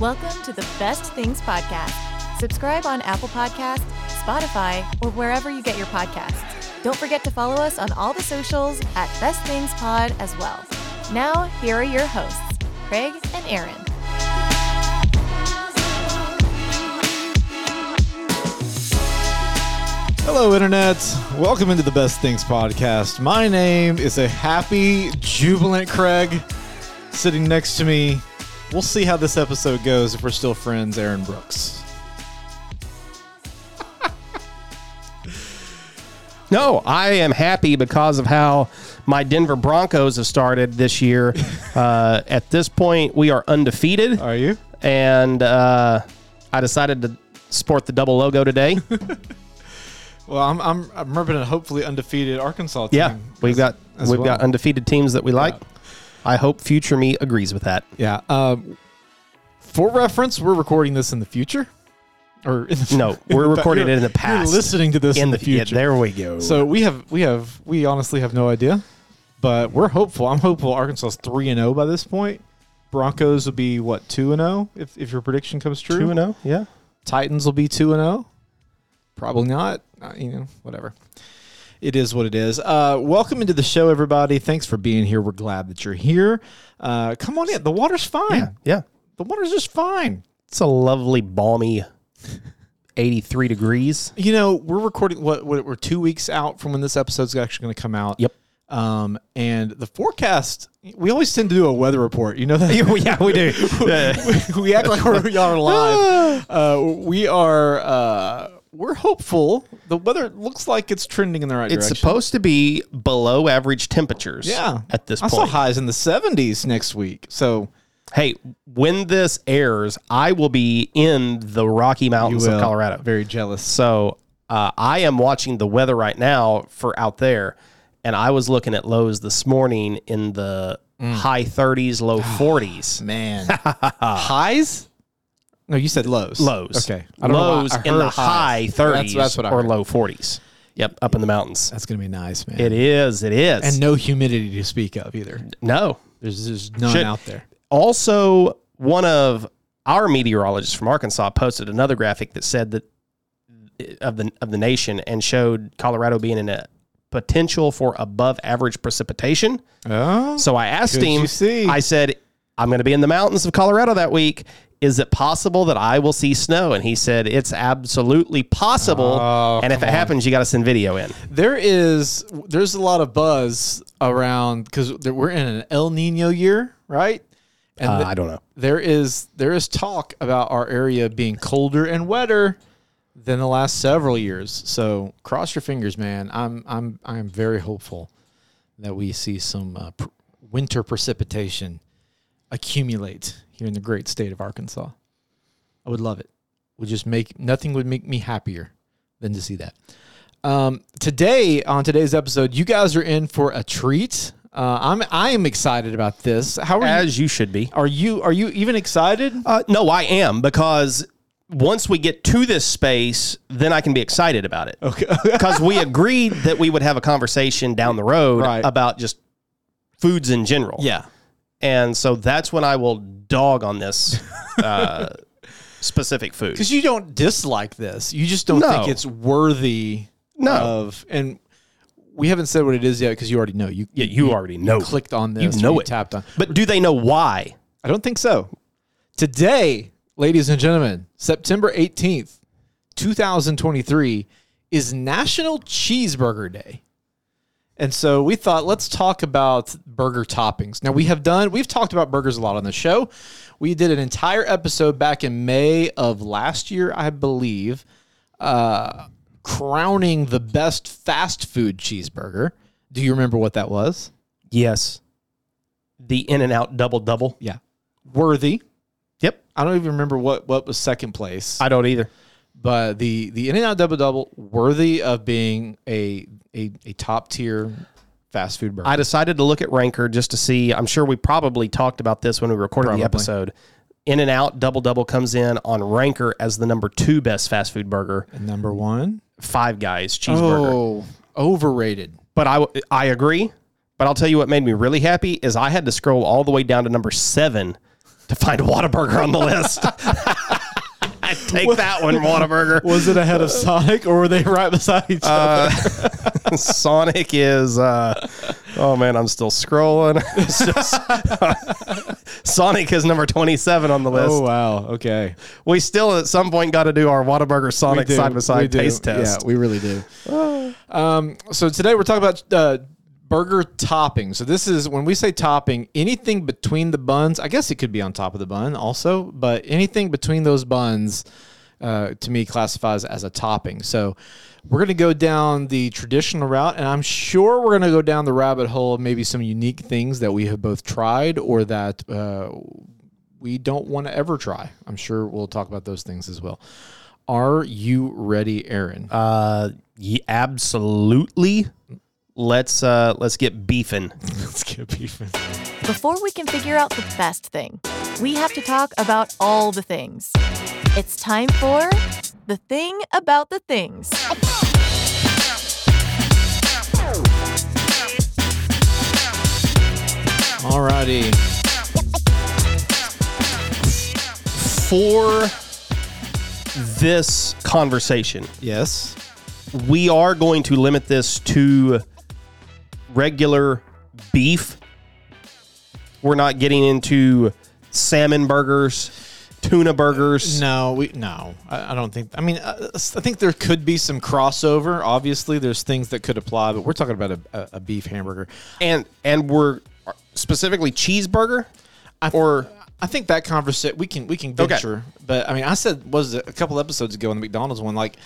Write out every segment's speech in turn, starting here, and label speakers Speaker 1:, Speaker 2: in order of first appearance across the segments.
Speaker 1: Welcome to the Best Things Podcast. Subscribe on Apple Podcasts, Spotify, or wherever you get your podcasts. Don't forget to follow us on all the socials at Best Things Pod as well. Now, here are your hosts, Craig and Aaron.
Speaker 2: Hello, Internet. Welcome into the Best Things Podcast. My name is a happy, jubilant Craig. Sitting next to me, we'll see how this episode goes if we're still friends, Aaron Brooks.
Speaker 3: No, I am happy because of how my Denver Broncos have started this year. Uh, at this point, we are undefeated,
Speaker 2: Are you?
Speaker 3: and uh, I decided to sport the double logo today.
Speaker 2: Well, I'm, I'm, I'm repping a hopefully undefeated Arkansas team.
Speaker 3: Yeah, we've
Speaker 2: as-
Speaker 3: got
Speaker 2: as
Speaker 3: we've
Speaker 2: well.
Speaker 3: got undefeated teams that we like. I hope future me agrees with that.
Speaker 2: Yeah. Um, for reference, we're recording this in the future. Or in the,
Speaker 3: No, we're recording it in the past.
Speaker 2: You're listening to this in, the,
Speaker 3: yeah,
Speaker 2: future.
Speaker 3: there we go.
Speaker 2: So we have we have we honestly have no idea, but we're hopeful. I'm hopeful Arkansas's three and zero by this point. Broncos will be what two and zero if if your prediction comes true.
Speaker 3: two and oh. zero. Yeah,
Speaker 2: Titans will be two and zero. Probably not. Uh, you know, whatever. It is what it is. Uh, welcome into the show, everybody. Thanks for being here. We're glad that you're here. Uh, come on in. The water's fine.
Speaker 3: yeah, yeah.
Speaker 2: The water's just fine.
Speaker 3: It's a lovely balmy, eighty-three degrees.
Speaker 2: You know, we're recording. What, what we're two weeks out from when this episode's actually going to come out.
Speaker 3: Yep.
Speaker 2: Um, and the forecast, we always tend to do a weather report. You know that?
Speaker 3: yeah, we do. Yeah.
Speaker 2: we, we act like we're, y'all are live. Uh, we are. Uh, we're hopeful. The weather looks like it's trending in the right
Speaker 3: It's
Speaker 2: direction.
Speaker 3: supposed to be below average temperatures.
Speaker 2: yeah.
Speaker 3: At this
Speaker 2: I saw
Speaker 3: point.
Speaker 2: highs in the 70s next week. So
Speaker 3: Hey, when this airs, I will be in the Rocky Mountains of
Speaker 2: Well,
Speaker 3: Colorado.
Speaker 2: Very jealous.
Speaker 3: So uh, I am watching the weather right now for out there, and I was looking at lows this morning in the
Speaker 2: Mm.
Speaker 3: high 30s, low 40s.
Speaker 2: Man. highs? No, you said lows.
Speaker 3: Lows.
Speaker 2: Okay.
Speaker 3: Lows
Speaker 2: I
Speaker 3: in
Speaker 2: heard
Speaker 3: the high
Speaker 2: highs.
Speaker 3: 30s
Speaker 2: That's, that's what I
Speaker 3: or
Speaker 2: heard.
Speaker 3: low 40s. Yep, up in the mountains.
Speaker 2: That's going to be nice, man.
Speaker 3: It is. It is.
Speaker 2: and no humidity to speak of either.
Speaker 3: no,
Speaker 2: There's, there's none
Speaker 3: Shit.
Speaker 2: out there.
Speaker 3: also one of our meteorologists from Arkansas posted another graphic that said that uh, of the of the nation and showed Colorado being in a potential for above average precipitation.
Speaker 2: Oh.
Speaker 3: So I asked
Speaker 2: Could
Speaker 3: him.
Speaker 2: you see?
Speaker 3: I said, "I'm going to be in the mountains of Colorado that week. Is it possible that I will see snow?" And he said, "It's absolutely possible.
Speaker 2: Oh,
Speaker 3: and if it happens, you got to send video in."
Speaker 2: There is there's a lot of buzz around because we're in an El Nino year, right? And
Speaker 3: Uh,
Speaker 2: th-
Speaker 3: I don't know.
Speaker 2: there is there is talk about our area being colder and wetter than the last several years. So cross your fingers, man. I'm I'm I'm very hopeful that we see some uh, pr- winter precipitation accumulate here in the great state of Arkansas. I would love it. Would just make nothing would make me happier than to see that. Um, today on today's episode, you guys are in for a treat. Uh, I'm I am excited about this. How are you?
Speaker 3: As you should be.
Speaker 2: Are you are you even excited?
Speaker 3: Uh, no, I am because once we get to this space, then I can be excited about it.
Speaker 2: Okay.
Speaker 3: Because we agreed that we would have a conversation down the road
Speaker 2: Right.
Speaker 3: about just foods in general.
Speaker 2: yeah.
Speaker 3: And so that's when I will dog on this uh, specific food.
Speaker 2: Because you don't dislike this. You just don't
Speaker 3: No.
Speaker 2: think it's worthy
Speaker 3: No.
Speaker 2: of and we haven't said what it is yet because you already know. You
Speaker 3: Yeah, you already know.
Speaker 2: clicked on this.
Speaker 3: You
Speaker 2: or
Speaker 3: know it.
Speaker 2: tapped on.
Speaker 3: But do they know why?
Speaker 2: I don't think so. Today, ladies and gentlemen, September 18th, 2023 is National Cheeseburger Day. And so we thought let's talk about burger toppings. Now we have done we've talked about burgers a lot on the show. We did an entire episode back in May of last year, I believe, uh, crowning the best fast food cheeseburger. Do you remember what that was?
Speaker 3: Yes. The In and Out double double.
Speaker 2: Yeah. Worthy.
Speaker 3: Yep.
Speaker 2: I don't even remember what what was second place,
Speaker 3: I don't either.
Speaker 2: but the the In and Out double double worthy of being a a, a top tier fast food burger.
Speaker 3: I decided to look at Ranker just to see. I'm sure we probably talked about this when we recorded
Speaker 2: Probably.
Speaker 3: the episode. In and Out Double Double comes in on Ranker as the number two best fast food burger.
Speaker 2: Number one,
Speaker 3: Five Guys cheeseburger.
Speaker 2: oh, overrated.
Speaker 3: But I I agree. But I'll tell you what made me really happy is I had to scroll all the way down to number seven to find Whataburger on the list. I take that one, Whataburger.
Speaker 2: Was it ahead of Sonic, or were they right beside each other?
Speaker 3: Sonic is. Uh, oh man, I'm still scrolling. Sonic is number 27 on the list.
Speaker 2: Oh wow. Okay.
Speaker 3: We still at some point got to do our Whataburger Sonic
Speaker 2: do.
Speaker 3: side by
Speaker 2: We
Speaker 3: side
Speaker 2: do.
Speaker 3: taste test.
Speaker 2: Yeah, we really do. um, so today we're talking about uh, burger topping. So this is when we say topping, anything between the buns. I guess it could be on top of the bun also, but anything between those buns. Uh, to me, classifies as a topping. So, we're going to go down the traditional route, and I'm sure we're going to go down the rabbit hole of maybe some unique things that we have both tried or that uh, we don't want to ever try. I'm sure we'll talk about those things as well. Are you ready, Aaron?
Speaker 3: Uh, ye- absolutely. Let's uh, let's get beefing.
Speaker 2: Let's get beefing.
Speaker 1: Before we can figure out the best thing, we have to talk about all the things. It's time for The Thing About the Things.
Speaker 2: Alrighty.
Speaker 3: For this conversation,
Speaker 2: Yes.
Speaker 3: we are going to limit this to regular beef. We're not getting into salmon burgers, tuna burgers.
Speaker 2: No, we no. I, I don't think. I mean, uh, I think there could be some crossover. Obviously, there's things that could apply, but we're talking about a, a, a beef hamburger.
Speaker 3: and and we're specifically cheeseburger or
Speaker 2: I think that conversation we can we can
Speaker 3: Okay.
Speaker 2: venture, but I mean, I said was it a couple episodes ago on the McDonald's one, like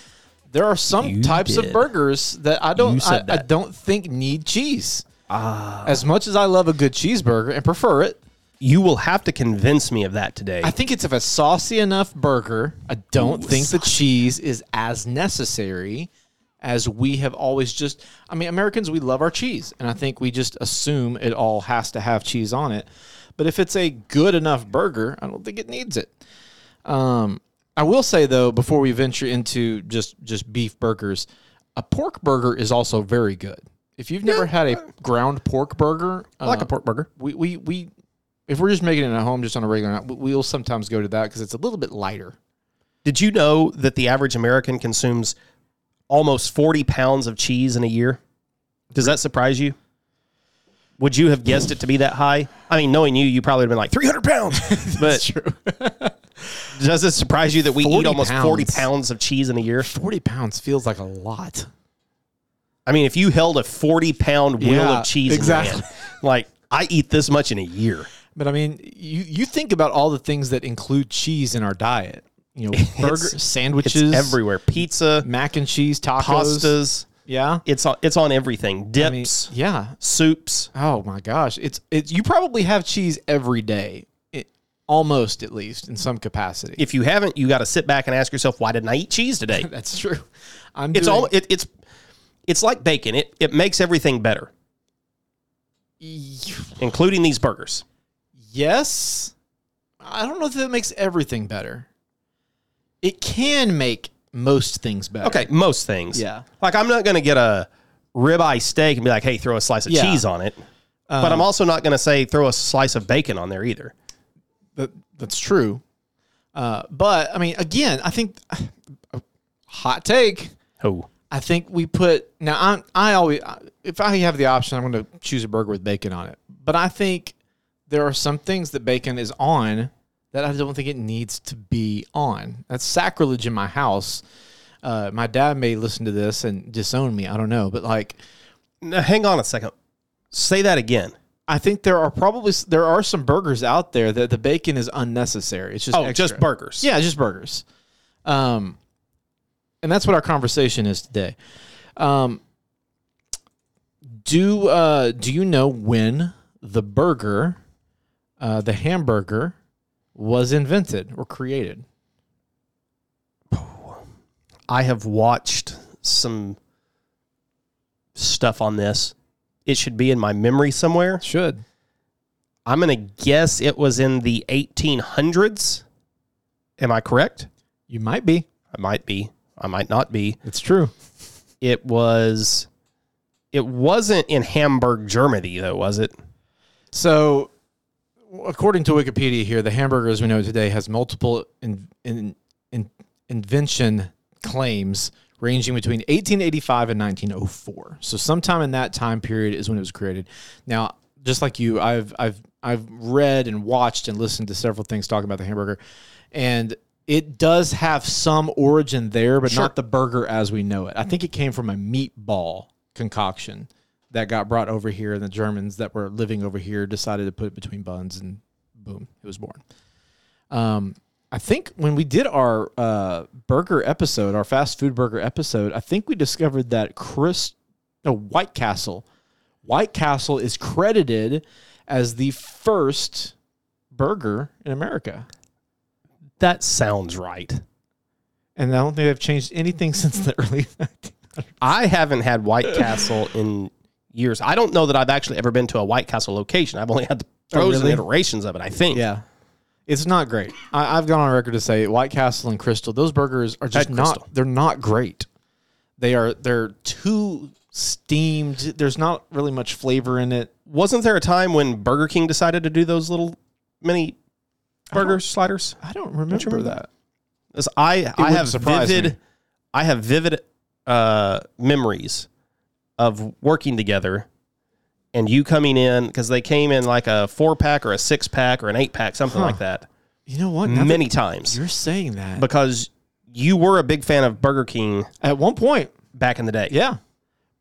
Speaker 2: there are some types of
Speaker 3: did.
Speaker 2: burgers that I don't
Speaker 3: You
Speaker 2: I,
Speaker 3: said
Speaker 2: I
Speaker 3: that. Ah.
Speaker 2: don't think need cheese. as much as I love a good cheeseburger and prefer it,
Speaker 3: you will have to convince me of that today.
Speaker 2: I think it's if a saucy enough burger. I don't think the cheese is as necessary as we have always just. I mean, Americans, we love our cheese, and I think we just assume it all has to have cheese on it. But if it's a good enough burger, I don't think it needs it. Um, I will say though, before we venture into just just beef burgers, a pork burger is also very good. If you've never had a ground pork burger,
Speaker 3: I like
Speaker 2: uh,
Speaker 3: a pork burger.
Speaker 2: we we we if we're just making it at home just on a regular night we- we'll sometimes go to that because it's a little bit lighter
Speaker 3: Did you know that the average American consumes almost 40 pounds of cheese in a year? Does that surprise you? Would you have guessed it to be that high? I mean, knowing you, you probably would have been like 300 pounds. But
Speaker 2: true
Speaker 3: does it surprise you that we
Speaker 2: 40
Speaker 3: eat almost 40
Speaker 2: pounds.
Speaker 3: pounds of cheese in a year?
Speaker 2: 40 pounds feels like a lot
Speaker 3: I mean, if you held a 40 pound wheel
Speaker 2: Yeah,
Speaker 3: of cheese,
Speaker 2: exactly.
Speaker 3: in your hand, like I eat this much in a year.
Speaker 2: but i mean you you think about all the things that include cheese in our diet you know burger
Speaker 3: It's
Speaker 2: sandwiches
Speaker 3: everywhere. Pizza,
Speaker 2: mac and cheese tacos
Speaker 3: pastas.
Speaker 2: yeah
Speaker 3: It's on, it's on everything.
Speaker 2: I mean,
Speaker 3: Dips,
Speaker 2: yeah
Speaker 3: soups.
Speaker 2: oh my gosh it's it's you probably have cheese every day it, almost at least in some capacity
Speaker 3: If you haven't, you got to sit back and ask yourself, why didn't I eat cheese today?
Speaker 2: that's true i'm
Speaker 3: It's
Speaker 2: doing,
Speaker 3: all it, it's it's like bacon. It it makes everything better, including these burgers.
Speaker 2: Yes. I don't know if that makes everything better. It can make most things better.
Speaker 3: Okay, most things.
Speaker 2: Yeah.
Speaker 3: Like I'm not going to get a ribeye steak and be like, "Hey, throw a slice of
Speaker 2: Yeah.
Speaker 3: cheese on it." but I'm also not going to say throw a slice of bacon on there either.
Speaker 2: That, that's true. Uh, but I mean, again, I think hot take.
Speaker 3: Oh,
Speaker 2: I think we put now. I'm I always if I have the option, I'm going to choose a burger with bacon on it. But I think there are some things that bacon is on that I don't think it needs to be on. That's sacrilege in my house. Uh, my dad may listen to this and disown me. I don't know, but like
Speaker 3: now, hang on a second. Say that again.
Speaker 2: I think there are probably there are some burgers out there that the bacon is unnecessary. It's just
Speaker 3: Oh,
Speaker 2: extra.
Speaker 3: just burgers.
Speaker 2: Yeah, just burgers. Um, and that's what our conversation is today. Um, do uh, do you know when the burger, uh, the hamburger, was invented or created?
Speaker 3: I have watched some stuff on this. It should be in my memory somewhere.
Speaker 2: Should
Speaker 3: I'm going to guess it was in the 1800s. Am I correct?
Speaker 2: you might be.
Speaker 3: I might be. I might not be.
Speaker 2: It's true.
Speaker 3: It was. It wasn't in Hamburg, Germany, though, was it?
Speaker 2: So according to Wikipedia here, the hamburger as we know today has multiple in, in, in, invention claims ranging between 1885 and 1904. So sometime in that time period is when it was created. Now, just like you, I've I've I've read and watched and listened to several things talking about the hamburger, and it does have some origin there, but not the burger as we know it. I think it came from a meatball concoction that got brought over here, and the Germans that were living over here decided to put it between buns, and boom, it was born. Um, I think when we did our uh, burger episode, our fast food burger episode, I think we discovered that Chris, no, White Castle, White Castle is credited as the first burger in America,
Speaker 3: That sounds right.
Speaker 2: and I don't think they've changed anything since the early. 1900s.
Speaker 3: I haven't had White Castle in years. I don't know that I've actually ever been to a White Castle location. I've only had the
Speaker 2: Oh,
Speaker 3: frozen
Speaker 2: really?
Speaker 3: iterations of it. I think.
Speaker 2: yeah, it's not great. I, I've gone on record to say White Castle and Crystal, those burgers are just
Speaker 3: Had
Speaker 2: not.
Speaker 3: Crystal.
Speaker 2: They're not great. They are. They're too steamed. There's not really much flavor in it.
Speaker 3: Wasn't there a time when Burger King decided to do those little mini burger sliders?
Speaker 2: I don't remember,
Speaker 3: remember
Speaker 2: that.
Speaker 3: As I I
Speaker 2: wouldn't
Speaker 3: have
Speaker 2: surprise
Speaker 3: vivid,
Speaker 2: me.
Speaker 3: I have vivid uh, memories of working together, and you coming in because they came in like a four pack or a six pack or an eight pack, something like that,
Speaker 2: You know what? Now that
Speaker 3: many times
Speaker 2: you're saying that. But
Speaker 3: because you were a big fan of Burger King
Speaker 2: at one point,
Speaker 3: back in the day.
Speaker 2: yeah,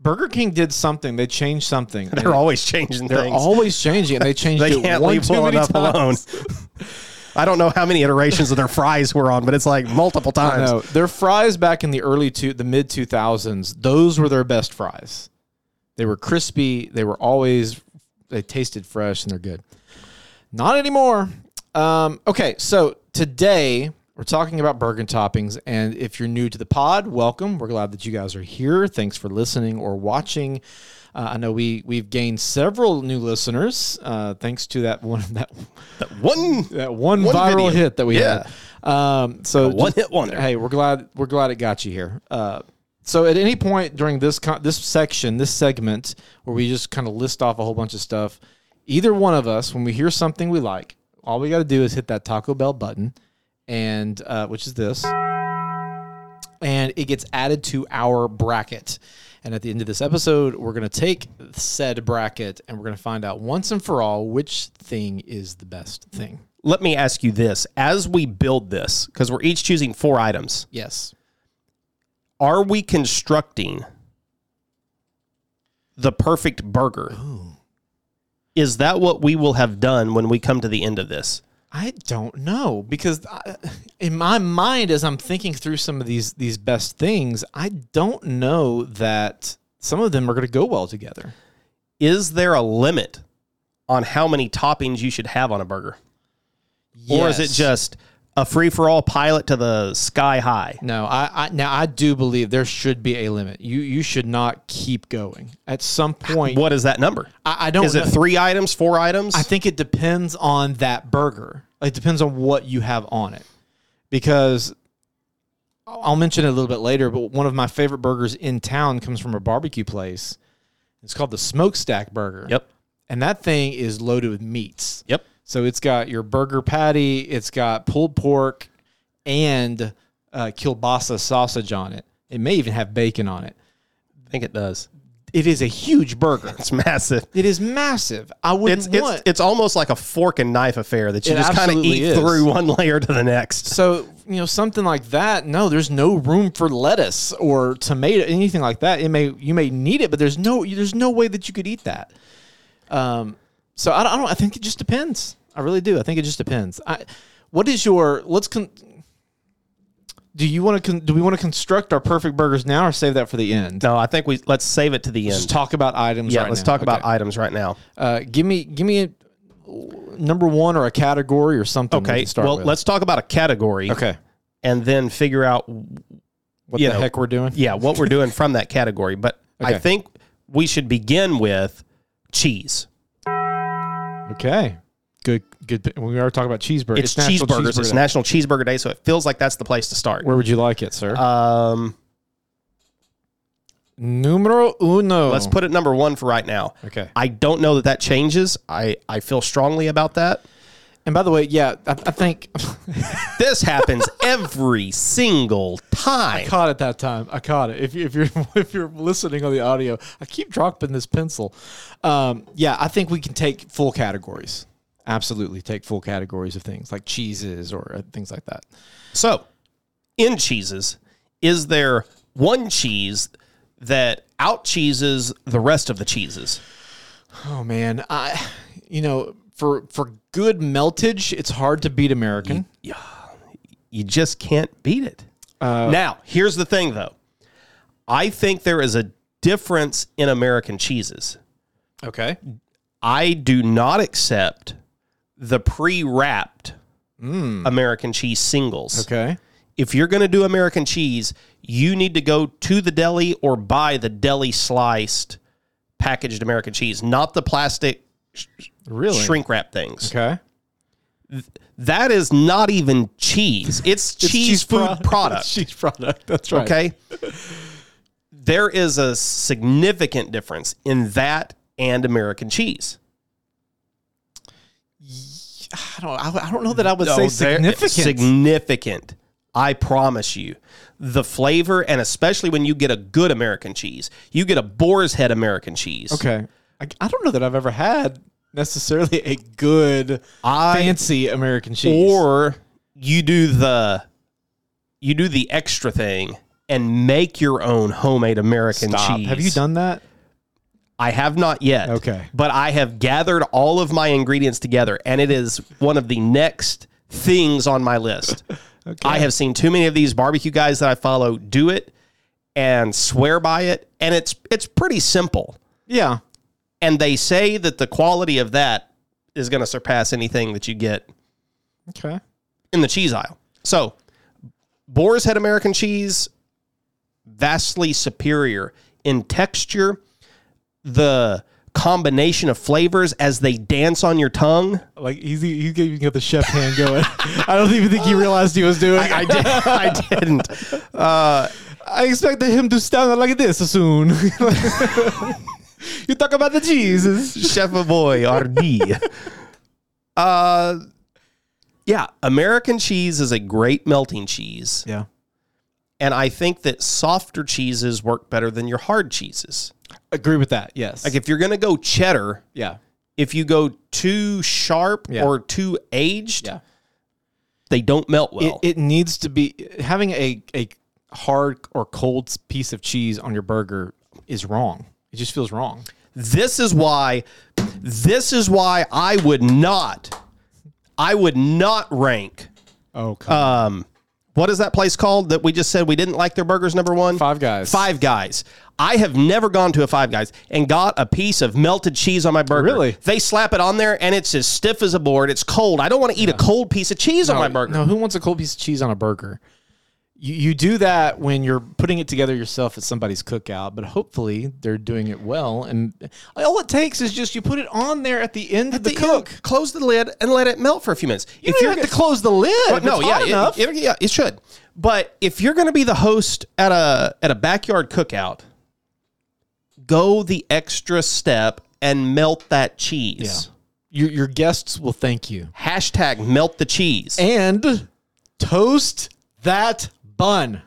Speaker 2: Burger King did something. They changed something.
Speaker 3: They're always changing
Speaker 2: They're
Speaker 3: things.
Speaker 2: always changing. it. They changed
Speaker 3: they
Speaker 2: it
Speaker 3: can't
Speaker 2: one
Speaker 3: leave
Speaker 2: too
Speaker 3: well
Speaker 2: many
Speaker 3: enough
Speaker 2: times.
Speaker 3: alone. I don't know how many iterations of their fries were on, but it's like multiple times.
Speaker 2: No, their fries back in the early two, the mid two thousands, those were their best fries. They were crispy. They were always, they tasted fresh and they're good. Not anymore. Um, okay, so today we're talking about burger toppings, and if you're new to the pod, welcome. We're glad that you guys are here. Thanks for listening or watching. Uh, I know we we've gained several new listeners uh, thanks to that one that
Speaker 3: One
Speaker 2: that one,
Speaker 3: One
Speaker 2: viral
Speaker 3: video.
Speaker 2: hit that we
Speaker 3: Yeah.
Speaker 2: had. Um, so
Speaker 3: one
Speaker 2: just-
Speaker 3: hit wonder.
Speaker 2: Hey, we're glad we're glad it got you here. Uh, so at any point during this con- this section, this segment where we just kind of list off a whole bunch of stuff, either one of us, when we hear something we like, all we got to do is hit that Taco Bell button, and uh, which is this, and it gets added to our bracket. And at the end of this episode, we're going to take said bracket and we're going to find out once and for all which thing is the best thing.
Speaker 3: let me ask you this as we build this because we're each choosing four items
Speaker 2: Yes.
Speaker 3: are we constructing the perfect burger is that what we will have done when we come to the end of this
Speaker 2: I don't know because I, in my mind, as I'm thinking through some of these these best things, I don't know that some of them are going to go well together.
Speaker 3: is there a limit on how many toppings you should have on a burger or is it
Speaker 2: Yes.
Speaker 3: just a free-for-all pilot to the sky high
Speaker 2: no? I, I now I do believe there should be a limit. You you should not keep going. At some point,
Speaker 3: what is that number
Speaker 2: I, I don't.
Speaker 3: is it
Speaker 2: know.
Speaker 3: three items four items
Speaker 2: I think it depends on that burger. It depends on what you have on it. Because I'll I'll mention it a little bit later, but one of my favorite burgers in town comes from a barbecue place. It's called the Smokestack Burger.
Speaker 3: yep
Speaker 2: And that thing is loaded with meats.
Speaker 3: yep
Speaker 2: So it's got your burger patty, it's got pulled pork, and uh, kielbasa sausage on it. It may even have bacon on it.
Speaker 3: i think it does
Speaker 2: It is a huge burger.
Speaker 3: it's massive
Speaker 2: It is massive. I wouldn't
Speaker 3: it's,
Speaker 2: want.
Speaker 3: it's it's almost like a fork and knife affair that you
Speaker 2: It
Speaker 3: just kind of
Speaker 2: absolutely
Speaker 3: eat
Speaker 2: is.
Speaker 3: through one layer to the next.
Speaker 2: So you know something like that. No, there's no room for lettuce or tomato, anything like that. It may you may need it, but there's no there's no way that you could eat that. Um, so I don't, I don't. I think it just depends. I really do. I think it just depends. I, what is your let's con- do you want to con- do we want to construct our perfect burgers now or save that for the end?
Speaker 3: No, I think we let's save it to the
Speaker 2: Let's
Speaker 3: end.
Speaker 2: talk about items.
Speaker 3: Yeah,
Speaker 2: right
Speaker 3: let's
Speaker 2: now.
Speaker 3: talk about
Speaker 2: Okay.
Speaker 3: items right now.
Speaker 2: Uh, give me give me a number one or a category or something. we
Speaker 3: Okay.
Speaker 2: can start
Speaker 3: Well,
Speaker 2: with.
Speaker 3: let's talk about a category
Speaker 2: okay.
Speaker 3: and then figure out
Speaker 2: What
Speaker 3: You
Speaker 2: the
Speaker 3: know,
Speaker 2: heck we're doing?
Speaker 3: yeah, what we're doing from that category, but I
Speaker 2: Okay.
Speaker 3: think we should begin with cheese.
Speaker 2: Okay. Good. Good. We are talking about cheeseburgers.
Speaker 3: It's,
Speaker 2: National
Speaker 3: cheeseburgers. It's
Speaker 2: Cheeseburger Day.
Speaker 3: National Cheeseburger Day, so it feels like that's the place to start.
Speaker 2: Where would you like it, sir?
Speaker 3: Um,
Speaker 2: Numero uno.
Speaker 3: let's put it number 1 for right now.
Speaker 2: Oh. Okay.
Speaker 3: I don't know that that changes. I I feel strongly about that.
Speaker 2: And by the way, yeah, I, I think
Speaker 3: This happens every single time.
Speaker 2: caught it that time. I caught it. If, you, if you're if you're listening on the audio, I keep dropping this pencil. Um, yeah, I think we can take full categories. Absolutely, take full categories of things like cheeses or uh, things like that.
Speaker 3: So, in cheeses, is there one cheese that out cheeses the rest of the cheeses?
Speaker 2: Oh man, I you know for for good meltage, it's hard to beat American.
Speaker 3: Mm-hmm. You just can't beat it. now, here's the thing though. I think there is a difference in American cheeses.
Speaker 2: Okay,
Speaker 3: I do not accept the pre-wrapped American cheese singles.
Speaker 2: okay,
Speaker 3: if you're going to do American cheese, you need to go to the deli or buy the deli sliced packaged American cheese, not the plastic
Speaker 2: really?
Speaker 3: shrink wrap things.
Speaker 2: Okay,
Speaker 3: That is not even cheese.
Speaker 2: It's
Speaker 3: It's, cheese, food
Speaker 2: pro-
Speaker 3: product.
Speaker 2: cheese product. That's right.
Speaker 3: okay. there is a significant difference in that and American cheese.
Speaker 2: I don't. I, I don't know that I would say
Speaker 3: No, they're-
Speaker 2: significant.
Speaker 3: Oh, Significant. I promise you. The flavor, and especially when you get a good American cheese, you get a boar's head American cheese.
Speaker 2: okay, I, I don't know that I've ever had necessarily a good
Speaker 3: I-
Speaker 2: fancy American cheese.
Speaker 3: Or you do the you do the extra thing and make your own homemade American
Speaker 2: Stop.
Speaker 3: cheese.
Speaker 2: Have you done that?
Speaker 3: I have not yet.
Speaker 2: Okay.
Speaker 3: But I have gathered all of my ingredients together and it is one of the next things on my list. I have seen too many of these barbecue guys that I follow do it and swear by it and it's it's pretty simple.
Speaker 2: Yeah.
Speaker 3: And they say that the quality of that is going to surpass anything that you get
Speaker 2: Okay.
Speaker 3: in the cheese aisle. So, Boar's Head American cheese, vastly superior in texture, the combination of flavors as they dance on your tongue.
Speaker 2: Like he's he's getting got the chef hand going. I don't even think he realized he was doing. I,
Speaker 3: did, I didn't.
Speaker 2: expected him to stand like this soon. you talk about the cheeses.
Speaker 3: Chef Boy RD. Uh, yeah, American cheese is a great melting cheese.
Speaker 2: Yeah.
Speaker 3: And I think that softer cheeses work better than your hard cheeses.
Speaker 2: Agree with that. Yes.
Speaker 3: Like if you're going to go cheddar,
Speaker 2: yeah.
Speaker 3: if you go too sharp
Speaker 2: Yeah.
Speaker 3: or too aged,
Speaker 2: Yeah.
Speaker 3: they don't melt well.
Speaker 2: It, it needs to be having a a hard or cold piece of cheese on your burger is wrong. It just feels wrong.
Speaker 3: this is why this is why I would not I would not rank
Speaker 2: Oh,
Speaker 3: um what is that place called that we just said we didn't like their burgers number 1?
Speaker 2: Five Guys.
Speaker 3: Five Guys. I have never gone to a Five Guys and got a piece of melted cheese on my burger.
Speaker 2: Really?
Speaker 3: They slap it on there and it's as stiff as a board. It's cold. I don't want to eat a cold piece of cheese on my burger.
Speaker 2: Uh, No, who wants a cold piece of cheese on a burger? You, you do that when you're putting it together yourself at somebody's cookout, but hopefully they're doing it well. And all it takes is just you put it on there at the end of the,
Speaker 3: The
Speaker 2: cook.
Speaker 3: end, close the lid and let it melt for a few minutes.
Speaker 2: if you have to close the lid,
Speaker 3: But no, yeah, it-
Speaker 2: enough.
Speaker 3: it, yeah, it should. But if you're going to be the host at a at a backyard cookout, go the extra step and melt that cheese.
Speaker 2: your, your guests will thank you.
Speaker 3: Hashtag melt the cheese.
Speaker 2: And toast that bun.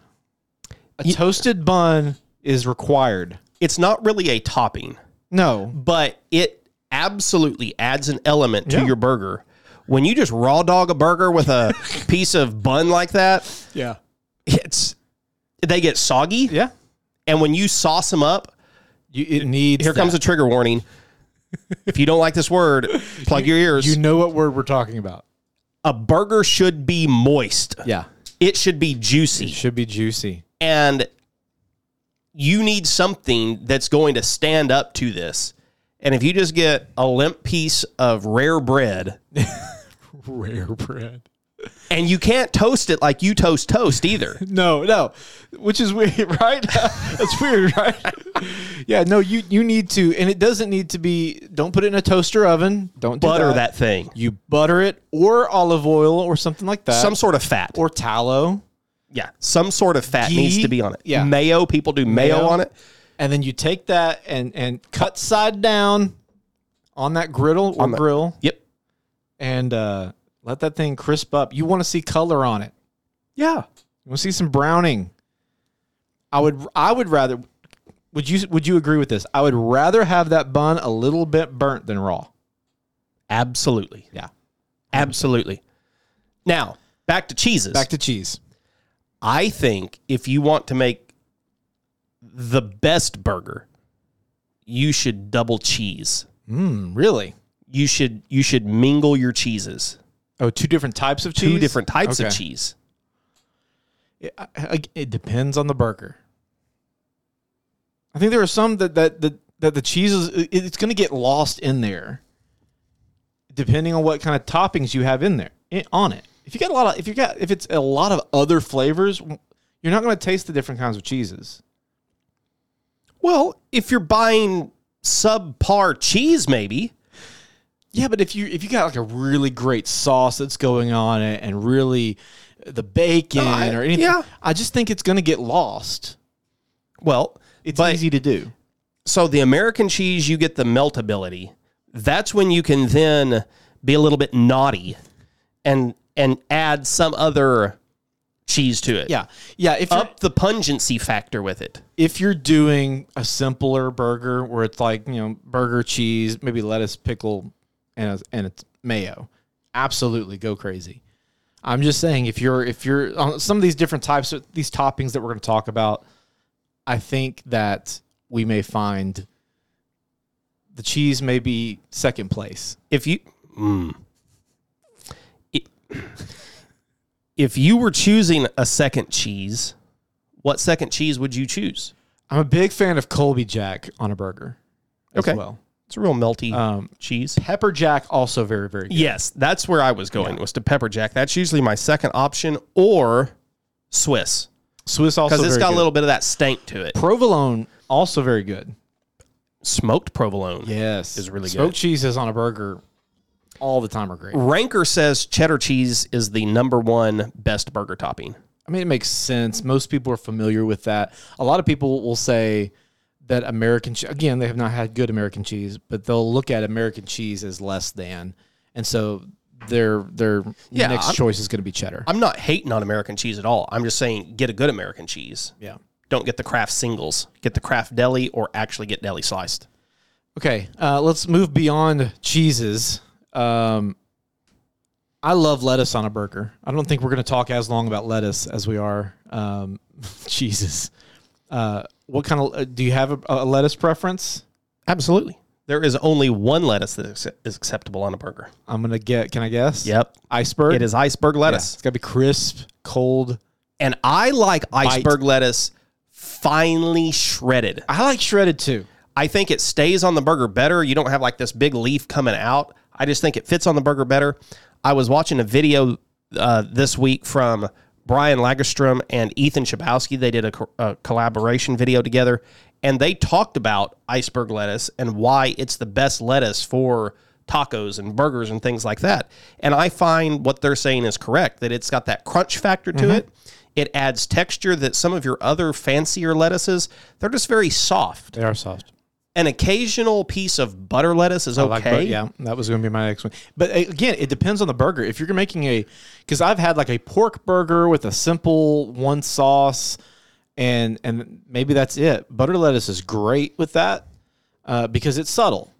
Speaker 2: A toasted bun is required.
Speaker 3: it's not really a topping,
Speaker 2: No,
Speaker 3: but it absolutely adds an element to
Speaker 2: Yeah.
Speaker 3: your burger. When you just raw dog a burger with a piece of bun like that,
Speaker 2: yeah,
Speaker 3: it's they get soggy.
Speaker 2: yeah.
Speaker 3: And when you sauce them up,
Speaker 2: You, it needs.
Speaker 3: here comes a
Speaker 2: that.
Speaker 3: trigger warning. If you don't like this word, plug your ears.
Speaker 2: You know what word we're talking about?
Speaker 3: a burger should be moist.
Speaker 2: Yeah,
Speaker 3: It should be juicy.
Speaker 2: should be juicy.
Speaker 3: And you need something that's going to stand up to this. And if you just get a limp piece of rare bread,
Speaker 2: Rare bread.
Speaker 3: and you can't toast it like you toast toast either.
Speaker 2: No, no, which is weird, right? That's weird, right? yeah, no, you you need to, and it doesn't need to be. Don't put it in a toaster oven. Don't do
Speaker 3: Butter that thing.
Speaker 2: You butter it or olive oil or something like that,
Speaker 3: Some sort of fat.
Speaker 2: or tallow,
Speaker 3: yeah. Some sort of fat
Speaker 2: Ghee?
Speaker 3: needs to be on it.
Speaker 2: Yeah.
Speaker 3: Mayo, people do mayo,
Speaker 2: Mayo.
Speaker 3: on it.
Speaker 2: and then you take that and and cut side down on that griddle or grill,
Speaker 3: Yep.
Speaker 2: and uh, Let that thing crisp up. You want to see color on it.
Speaker 3: Yeah.
Speaker 2: You want to see some browning. I would I would rather would you would you agree with this? I would rather have that bun a little bit burnt than raw.
Speaker 3: Absolutely.
Speaker 2: Yeah.
Speaker 3: Absolutely. Now, back to cheeses.
Speaker 2: Back to cheese.
Speaker 3: I think if you want to make the best burger, you should double cheese.
Speaker 2: Mm, really?
Speaker 3: You should you should mingle your cheeses.
Speaker 2: Oh, two different types of cheese.
Speaker 3: Two different types of
Speaker 2: Okay.
Speaker 3: cheese.
Speaker 2: It, I- I- it depends on the burger. I think there are some that that that, that the cheese is it- it's going to get lost in there, depending on what kind of toppings you have in there in, on it. If you got a lot of if you got if it's a lot of other flavors, you're not going to taste the different kinds of cheeses.
Speaker 3: Well, if you're buying subpar cheese, maybe.
Speaker 2: Yeah, but if you if you got like a really great sauce that's going on it and really uh, the bacon
Speaker 3: I-
Speaker 2: or anything,
Speaker 3: yeah.
Speaker 2: I just think it's going to get lost.
Speaker 3: Well,
Speaker 2: It's
Speaker 3: But-
Speaker 2: easy to do.
Speaker 3: so the American cheese, you get the meltability. That's when you can then be a little bit naughty and and add some other cheese to it.
Speaker 2: Yeah, yeah. If you're-
Speaker 3: Up the pungency factor with it.
Speaker 2: if you're doing a simpler burger where it's like you know burger cheese maybe lettuce pickle and and it's mayo absolutely go crazy i'm just saying if you're if you're on some of these different types of these toppings that we're going to talk about i think that we may find the cheese may be second place
Speaker 3: If you mm. I- if you were choosing a second cheese, what second cheese would you choose?
Speaker 2: i'm a big fan of colby jack on a burger as
Speaker 3: Okay.
Speaker 2: well
Speaker 3: It's a real melty
Speaker 2: um
Speaker 3: cheese.
Speaker 2: pepper jack also very very good
Speaker 3: Yes, that's where I was going was to pepper jack. That's usually my second option or Swiss
Speaker 2: swiss also
Speaker 3: because it's
Speaker 2: very
Speaker 3: got
Speaker 2: good.
Speaker 3: a little bit of that stank to it.
Speaker 2: provolone also very good
Speaker 3: Smoked provolone.
Speaker 2: Yes,
Speaker 3: is really
Speaker 2: smoked
Speaker 3: good.
Speaker 2: cheeses on a burger all the time are great.
Speaker 3: Ranker says cheddar cheese is the number one best burger topping.
Speaker 2: I mean, it makes sense. Most people are familiar with that. A lot of people will say that American che- again, they have not had good American cheese, but they'll look at American cheese as less than, and so their their
Speaker 3: Yeah,
Speaker 2: next
Speaker 3: I'm-
Speaker 2: choice is going to be cheddar.
Speaker 3: I'm not hating on American cheese at all. I'm just saying get a good American cheese.
Speaker 2: yeah.
Speaker 3: Don't get the craft singles. Get the craft deli or actually get deli sliced.
Speaker 2: Okay, uh, let's move beyond cheeses. Um, I love lettuce on a burger. I don't think we're going to talk as long about lettuce as we are um, cheeses. Uh, what kind of uh, do you have a, a lettuce preference?
Speaker 3: Absolutely. There is only one lettuce that is- is acceptable on a burger.
Speaker 2: I'm going to get. Can I guess?
Speaker 3: Yep.
Speaker 2: Iceberg.
Speaker 3: It is iceberg
Speaker 2: Yeah,
Speaker 3: lettuce.
Speaker 2: It's got to be crisp, cold.
Speaker 3: And I like iceberg lettuce finely shredded.
Speaker 2: I like shredded too.
Speaker 3: I think it stays on the burger better. You don't have like this big leaf coming out. I just think it fits on the burger better. I was watching a video uh, this week from Brian Lagerstrom and Ethan Chabowski. They did a, co- a collaboration video together, and they talked about iceberg lettuce and why it's the best lettuce for tacos and burgers and things like that. And I find what they're saying is correct that it's got that crunch factor to it. It adds texture that some of your other fancier lettuces, they're just very soft
Speaker 2: They are soft.
Speaker 3: an occasional piece of butter lettuce is okay.
Speaker 2: Like, but yeah, that was going to be my next one. But uh, again, it depends on the burger. If you're making a, because I've had like a pork burger with a simple one sauce, and and maybe that's it. Butter lettuce is great with that uh, because it's subtle.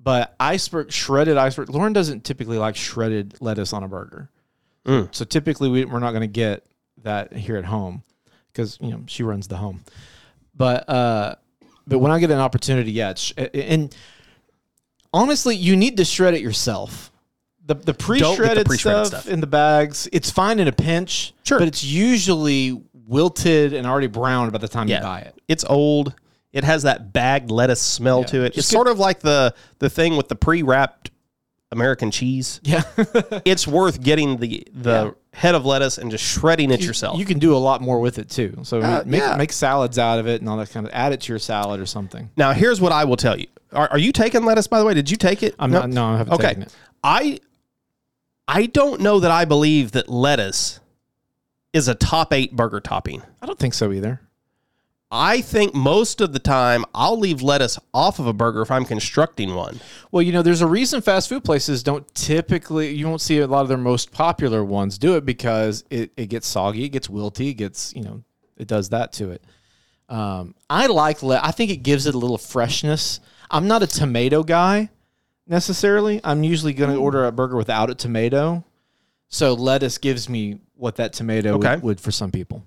Speaker 2: But iceberg shredded iceberg. Lauren doesn't typically like shredded lettuce on a burger, so typically we, we're not going to get that here at home because you know she runs the home. But uh, but when I get an opportunity, yeah, it's, and honestly, you need to shred it yourself. The, the pre-shredded, stuff,
Speaker 3: pre-shredded stuff.
Speaker 2: in the bags, it's fine in a pinch,
Speaker 3: Sure.
Speaker 2: but it's usually wilted and already brown by the time
Speaker 3: Yeah.
Speaker 2: you buy it.
Speaker 3: It's old. It has that bagged lettuce smell to it.
Speaker 2: Just
Speaker 3: It's
Speaker 2: get-
Speaker 3: sort of like the the thing with the pre-wrapped American cheese.
Speaker 2: Yeah,
Speaker 3: It's worth getting the the head of lettuce and just shredding it yourself.
Speaker 2: you can do a lot more with it too. So
Speaker 3: Uh,
Speaker 2: make
Speaker 3: yeah.
Speaker 2: make salads out of it and all that kind of. Add it to your salad or something.
Speaker 3: now, here's what I will tell you. Are, are you taking lettuce by the way? Did you take it?
Speaker 2: I'm
Speaker 3: No?
Speaker 2: not. No, I haven't
Speaker 3: Okay.
Speaker 2: taken it.
Speaker 3: I I don't know that I believe that lettuce is a top 8 burger topping.
Speaker 2: I don't think so either.
Speaker 3: I think most of the time I'll leave lettuce off of a burger if I'm constructing one.
Speaker 2: Well, you know, there's a reason fast food places don't typically, you won't see a lot of their most popular ones do it because it, it gets soggy, it gets wilty, it gets, you know, it does that to it. Um, I like, le- I think it gives it a little freshness. I'm not a tomato guy necessarily. I'm usually going to order a burger without a tomato. So lettuce gives me what that tomato would-
Speaker 3: Okay.
Speaker 2: would, for some people.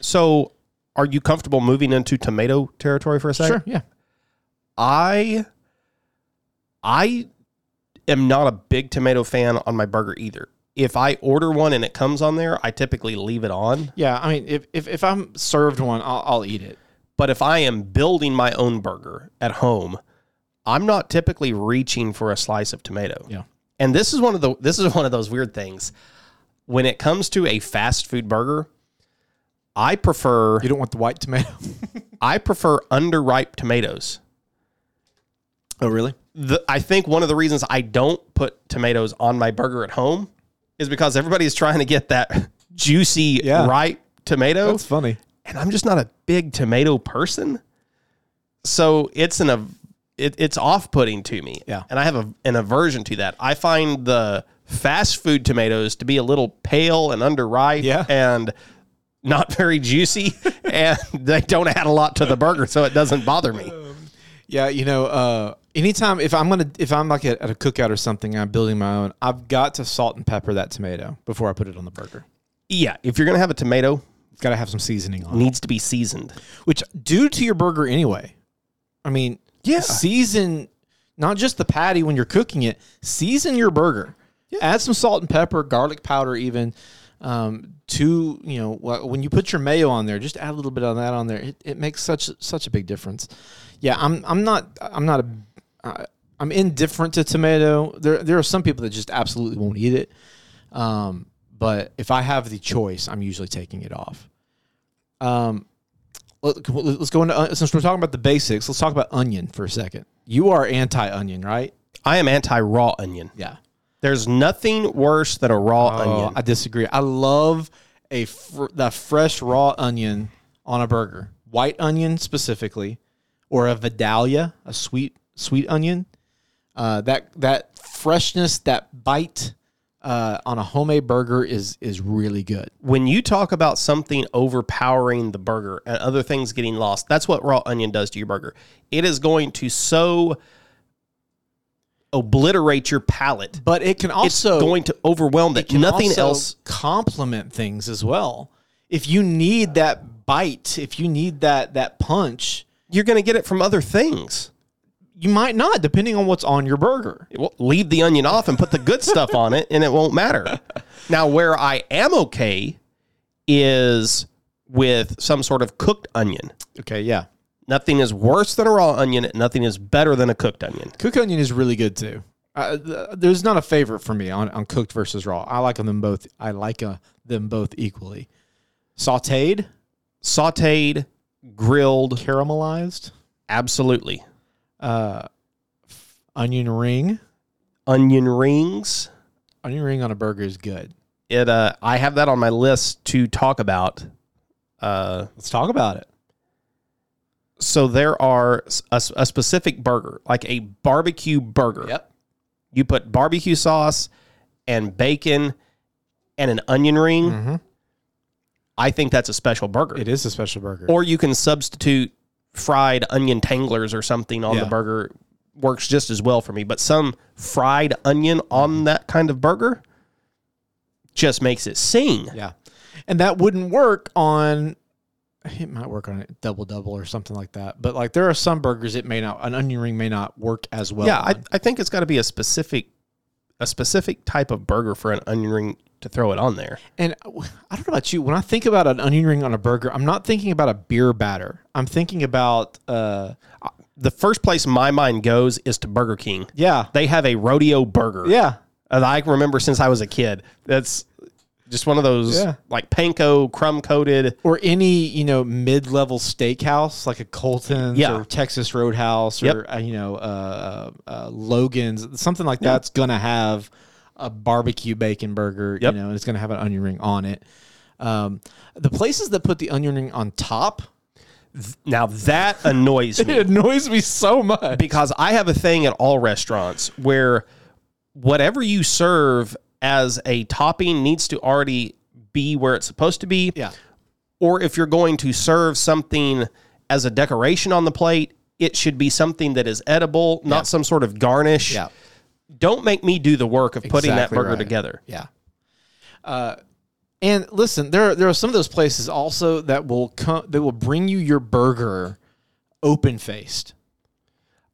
Speaker 3: So, are you comfortable moving into tomato territory for a second?
Speaker 2: Sure. Yeah.
Speaker 3: I I am not a big tomato fan on my burger either. If I order one and it comes on there, I typically leave it on.
Speaker 2: Yeah. I mean, if, if, if I'm served one, I'll, I'll eat it.
Speaker 3: But if I am building my own burger at home, I'm not typically reaching for a slice of tomato.
Speaker 2: Yeah.
Speaker 3: And this is one of the this is one of those weird things. When it comes to a fast food burger, I prefer
Speaker 2: You don't want the white tomato.
Speaker 3: I prefer underripe tomatoes.
Speaker 2: oh, really?
Speaker 3: the I think one of the reasons I don't put tomatoes on my burger at home is because everybody's trying to get that juicy
Speaker 2: Yeah.
Speaker 3: ripe tomato,
Speaker 2: That's funny.
Speaker 3: and I'm just not a big tomato person. So it's an av- it, it's off putting to me,
Speaker 2: Yeah.
Speaker 3: and I have a, an aversion to that. I find the fast food tomatoes to be a little pale and underripe,
Speaker 2: Yeah.
Speaker 3: and not very juicy, and they don't add a lot to the burger, so it doesn't bother me.
Speaker 2: Yeah, you know, uh, anytime if I'm gonna if I'm like at, at a cookout or something, I'm building my own. I've got to salt and pepper that tomato before I put it on the burger.
Speaker 3: Yeah, if you're gonna have a tomato,
Speaker 2: It's got to have some seasoning on, it.
Speaker 3: needs to be seasoned.
Speaker 2: which do to your burger anyway. I mean,
Speaker 3: Yeah.
Speaker 2: season not just the patty when you're cooking it. Season your burger. Add some salt and pepper, garlic powder, even um, to you know wh- when you put your mayo on there, just add a little bit of that on there. It, it makes such such a big difference. Yeah, I'm I'm not I'm not a I- I'm indifferent to tomato. There there are some people that just absolutely won't eat it. Um, but if I have the choice, I'm usually taking it off. Um, let, us go into uh, since we're talking about the basics. Let's talk about onion for a second. You are anti onion, right?
Speaker 3: I am anti raw onion.
Speaker 2: Yeah.
Speaker 3: There's nothing worse than a raw
Speaker 2: Oh,
Speaker 3: onion.
Speaker 2: I disagree. I love a fr- the fresh raw onion on a burger, white onion specifically, or a Vidalia, a sweet sweet onion. Uh, that that freshness, that bite uh, on a homemade burger is is really good.
Speaker 3: When you talk about something overpowering the burger and other things getting lost, that's what raw onion does to your burger. It is going to so obliterate your palate.
Speaker 2: But it can
Speaker 3: It's
Speaker 2: also
Speaker 3: going to overwhelm that.
Speaker 2: can
Speaker 3: Nothing
Speaker 2: also
Speaker 3: else.
Speaker 2: complement things as well. If you need that bite, if you need that that punch,
Speaker 3: You're going to get it from other things.
Speaker 2: you might not, depending on what's on your burger.
Speaker 3: Well, leave the onion off and put the good stuff on it, and it won't matter. Now, where I am okay is with some sort of cooked onion.
Speaker 2: Okay, yeah.
Speaker 3: Nothing is worse than a raw onion. and Nothing is better than a cooked onion.
Speaker 2: Cooked onion is really good too. Uh, th- there's not a favorite for me on, on cooked versus raw. I like them both. I like uh, them both equally. Sauteed,
Speaker 3: Sauteed, grilled,
Speaker 2: caramelized, uh,
Speaker 3: absolutely.
Speaker 2: onion ring.
Speaker 3: Onion rings.
Speaker 2: Onion ring on a burger is good.
Speaker 3: It. Uh, I have that on my list to talk about. Uh,
Speaker 2: Let's talk about it.
Speaker 3: so there are s- a, s- a specific burger, like a barbecue burger. You put barbecue sauce and bacon and an onion ring.
Speaker 2: Mm-hmm.
Speaker 3: I think that's a special burger.
Speaker 2: Mm. It is a special burger.
Speaker 3: or you can substitute fried onion tanglers or something on
Speaker 2: Yeah.
Speaker 3: the burger works just as well for me but some fried onion on that kind of burger just makes it sing
Speaker 2: Yeah. And that wouldn't work on it might work on a double double or something like that. But like there are some burgers it may not an onion ring may not work as well.
Speaker 3: yeah I,
Speaker 2: on.
Speaker 3: I think it's got to be a specific a specific type of burger for an onion ring to throw it on there
Speaker 2: and I don't know about you. When I think about an onion ring on a burger, I'm not thinking about a beer batter. I'm thinking about uh
Speaker 3: the first place my mind goes is to burger king
Speaker 2: yeah.
Speaker 3: they have a rodeo burger
Speaker 2: Yeah.
Speaker 3: that i can remember since i was a kid that's just one of those
Speaker 2: Yeah.
Speaker 3: like panko crumb coated
Speaker 2: Or any, you know, mid level steakhouse like a Colton's
Speaker 3: Yeah.
Speaker 2: or Texas Roadhouse
Speaker 3: Yep.
Speaker 2: or, uh, you know, uh, uh, Logan's, something like that's going to have a barbecue bacon burger,
Speaker 3: Yep.
Speaker 2: you know, and it's going to have an onion ring on it. Um, the places that put the onion ring on top
Speaker 3: Th- Now that annoys me
Speaker 2: It annoys me so much.
Speaker 3: because I have a thing at all restaurants where whatever you serve as a topping needs to already be where it's supposed to be.
Speaker 2: Yeah.
Speaker 3: Or if you're going to serve something as a decoration on the plate, it should be something that is edible, not some sort of garnish.
Speaker 2: Yeah.
Speaker 3: Don't make me do the work of putting
Speaker 2: Exactly
Speaker 3: that burger
Speaker 2: right.
Speaker 3: together.
Speaker 2: Yeah. Uh, and listen, there are, there are some of those places also that will come that will bring you your burger open faced.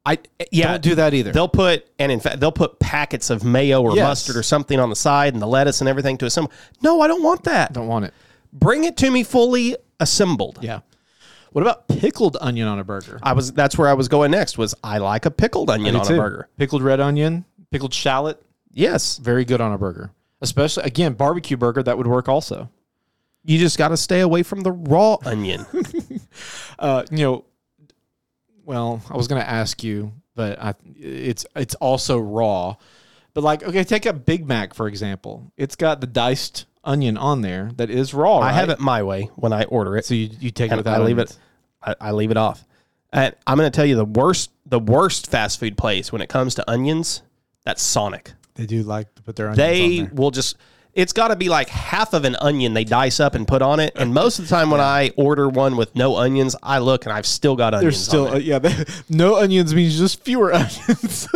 Speaker 3: I yeah,
Speaker 2: Don't do that either.
Speaker 3: They'll put and in fact they'll put packets of mayo or
Speaker 2: Yes.
Speaker 3: mustard or something on the side and the lettuce and everything to assemble. No, I don't want that.
Speaker 2: Don't want it.
Speaker 3: Bring it to me fully assembled.
Speaker 2: Yeah. What about pickled onion on a burger?
Speaker 3: I was that's where I was going next was I like a pickled onion
Speaker 2: Me
Speaker 3: on
Speaker 2: too.
Speaker 3: a burger.
Speaker 2: Pickled red onion, pickled shallot,
Speaker 3: Yes.
Speaker 2: very good on a burger. Especially again, barbecue burger that would work also.
Speaker 3: You just got to stay away from the raw onion.
Speaker 2: Uh, you know, well, I was going to ask you, but I, it's it's also raw. But like, okay, take a Big Mac for example. It's got the diced onion on there that is raw.
Speaker 3: I
Speaker 2: right?
Speaker 3: have it my way when I order it.
Speaker 2: So you, you take it
Speaker 3: and
Speaker 2: without.
Speaker 3: I leave
Speaker 2: onions.
Speaker 3: it I, I leave it off. And I'm going to tell you the worst the worst fast food place when it comes to onions, that's Sonic.
Speaker 2: They do like to put their onions
Speaker 3: they will just it's got to be like half of an onion they dice up and put on it and most of the time when i order one with no onions i look and i've still got
Speaker 2: There's
Speaker 3: onions
Speaker 2: still
Speaker 3: on
Speaker 2: uh,
Speaker 3: it.
Speaker 2: yeah. They, no onions means just fewer onions.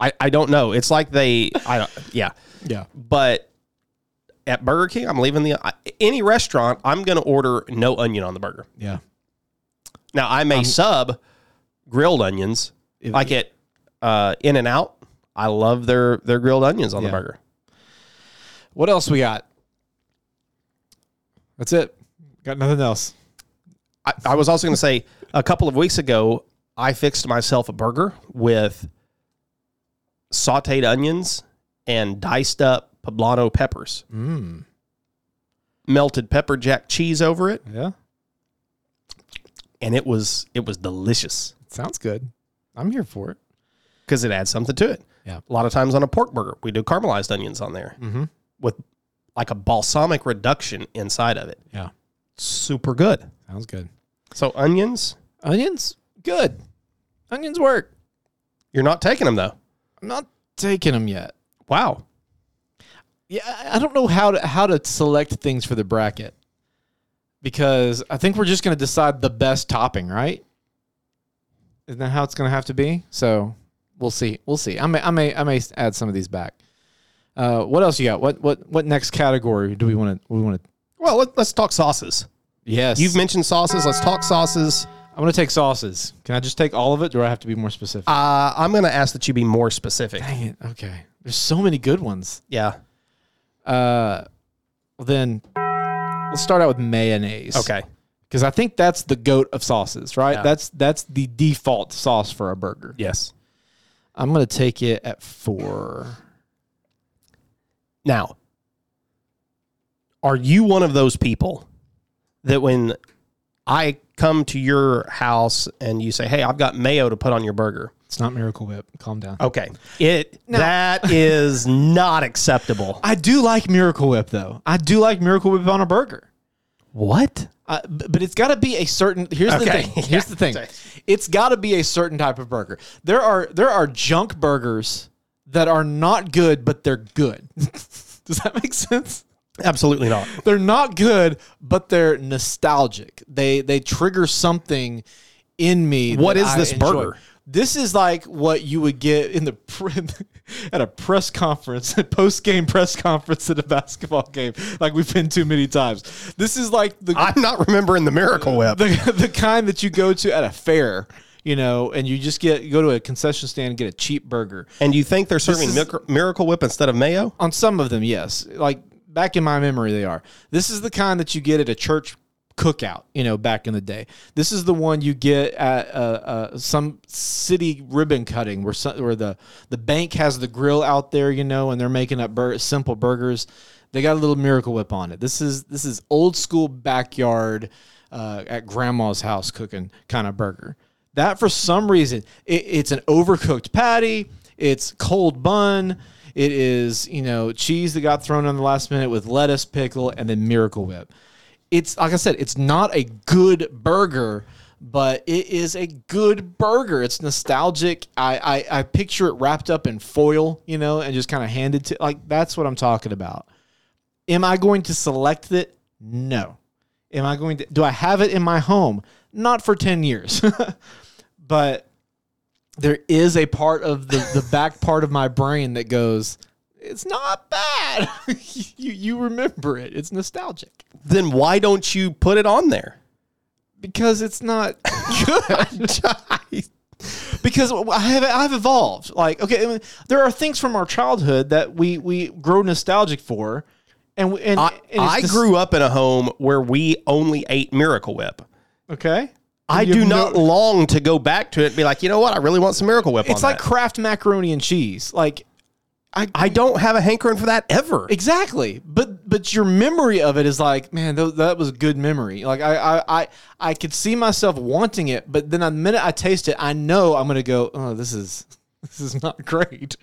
Speaker 3: I, I don't know it's like they i don't yeah
Speaker 2: yeah.
Speaker 3: but at burger king i'm leaving the I- any restaurant i'm going to order no onion on the burger
Speaker 2: Yeah.
Speaker 3: now i may sub grilled onions
Speaker 2: If-
Speaker 3: like at uh, in and out i love their their grilled onions on
Speaker 2: Yeah.
Speaker 3: the burger
Speaker 2: What else we got? That's it. Got nothing else.
Speaker 3: I, I was also going to say a couple of weeks ago, I fixed myself a burger with sauteed onions and diced up poblano peppers,
Speaker 2: Mm.
Speaker 3: melted pepper jack cheese over it,
Speaker 2: Yeah.
Speaker 3: and it was it was delicious
Speaker 2: Sounds good. I'm here for it.
Speaker 3: because it adds something to it.
Speaker 2: Yeah.
Speaker 3: A lot of times on a pork burger, we do caramelized onions on there
Speaker 2: Mm-hmm.
Speaker 3: with like a balsamic reduction inside of it.
Speaker 2: Yeah.
Speaker 3: Super good.
Speaker 2: Sounds good.
Speaker 3: So onions,
Speaker 2: Onions, good. Onions work.
Speaker 3: you're not taking them though.
Speaker 2: I'm not taking them yet.
Speaker 3: Wow.
Speaker 2: Yeah, I- I don't know how to how to select things for the bracket because I think we're just going to decide the best topping, right? Isn't that how it's going to have to be? So we'll see. We'll see. I may I may I may add some of these back. Uh, what else you got? What what what next category do we want to we want to?
Speaker 3: Well, let, let's talk sauces.
Speaker 2: Yes,
Speaker 3: You've mentioned sauces. Let's talk sauces.
Speaker 2: I'm going to take sauces. Can I just take all of it? Do I have to be more specific?
Speaker 3: Uh, I'm going to ask that you be more specific.
Speaker 2: Ah, Dang it. Okay. There's so many good ones.
Speaker 3: Yeah.
Speaker 2: Uh, well then let's start out with mayonnaise.
Speaker 3: Okay.
Speaker 2: Because I think that's the goat of sauces, right?
Speaker 3: Yeah.
Speaker 2: That's that's the default sauce for a burger.
Speaker 3: Yes.
Speaker 2: I'm gonna take it at four.
Speaker 3: Now, are you one of those people that when I come to your house and you say, "Hey, I've got mayo to put on your burger,"
Speaker 2: It's not Miracle Whip. Calm down.
Speaker 3: okay, it that is not acceptable.
Speaker 2: I do like Miracle Whip though. I do like Miracle Whip on a burger.
Speaker 3: What?
Speaker 2: Uh, b- but it's got to be a certain. Here's the
Speaker 3: Okay.
Speaker 2: thing. Here's the thing. It's got to be a certain type of burger. There are there are junk burgers that are not good, but they're good. Does that make sense?
Speaker 3: Absolutely not.
Speaker 2: They're not good, but they're nostalgic. They they trigger something in me.
Speaker 3: What
Speaker 2: that
Speaker 3: is
Speaker 2: I
Speaker 3: this
Speaker 2: enjoy.
Speaker 3: burger?
Speaker 2: This is like what you would get in the pre- at a press conference, a post game press conference at a basketball game, like we've been too many times. This is like the
Speaker 3: I'm not remembering the Miracle Whip.
Speaker 2: the, the kind that you go to at a fair, you know, and you just get you go to a concession stand and get a cheap burger.
Speaker 3: And you think they're serving
Speaker 2: is-
Speaker 3: Miracle- Miracle Whip instead of mayo?
Speaker 2: On some of them, yes. Like back in my memory, they are. This is the kind that you get at a church cookout, you know, back in the day. This is the one you get at uh, uh, some city ribbon cutting where some, where the the bank has the grill out there, you know, and they're making up bur- simple burgers. They got a little Miracle Whip on it. This is this is old school backyard uh, at grandma's house cooking kind of burger. That for some reason, it, it's an overcooked patty. It's cold bun. It is you know cheese that got thrown on the last minute with lettuce, pickle, and then Miracle Whip. it's like I said, it's not a good burger, but it is a good burger. It's nostalgic. I I, I picture it wrapped up in foil, you know, and just kind of handed to like that's what I'm talking about. Am I going to select it? No. Am I going to do I have it in my home? Not for 10 years. but there is a part of the, the back part of my brain that goes, it's not bad. you you remember it. It's nostalgic
Speaker 3: Then why don't you put it on there?
Speaker 2: because it's not good. because I have I've evolved. Like okay, I mean, there are things from our childhood that we we grow nostalgic for, and we, and,
Speaker 3: I,
Speaker 2: and it's
Speaker 3: I
Speaker 2: just-
Speaker 3: grew up in a home where we only ate Miracle Whip.
Speaker 2: Okay,
Speaker 3: I
Speaker 2: You
Speaker 3: do
Speaker 2: have no-
Speaker 3: not long to go back to it and be like, you know what? I really want some Miracle Whip
Speaker 2: It's
Speaker 3: on
Speaker 2: like
Speaker 3: that.
Speaker 2: Kraft macaroni and cheese. Like
Speaker 3: I don't have a hankering for that ever.
Speaker 2: Exactly, but but your memory of it is like, man, th- that was a good memory. Like I, I I I could see myself wanting it, but then the minute I taste it, I know I'm gonna go, oh, this is this is not great.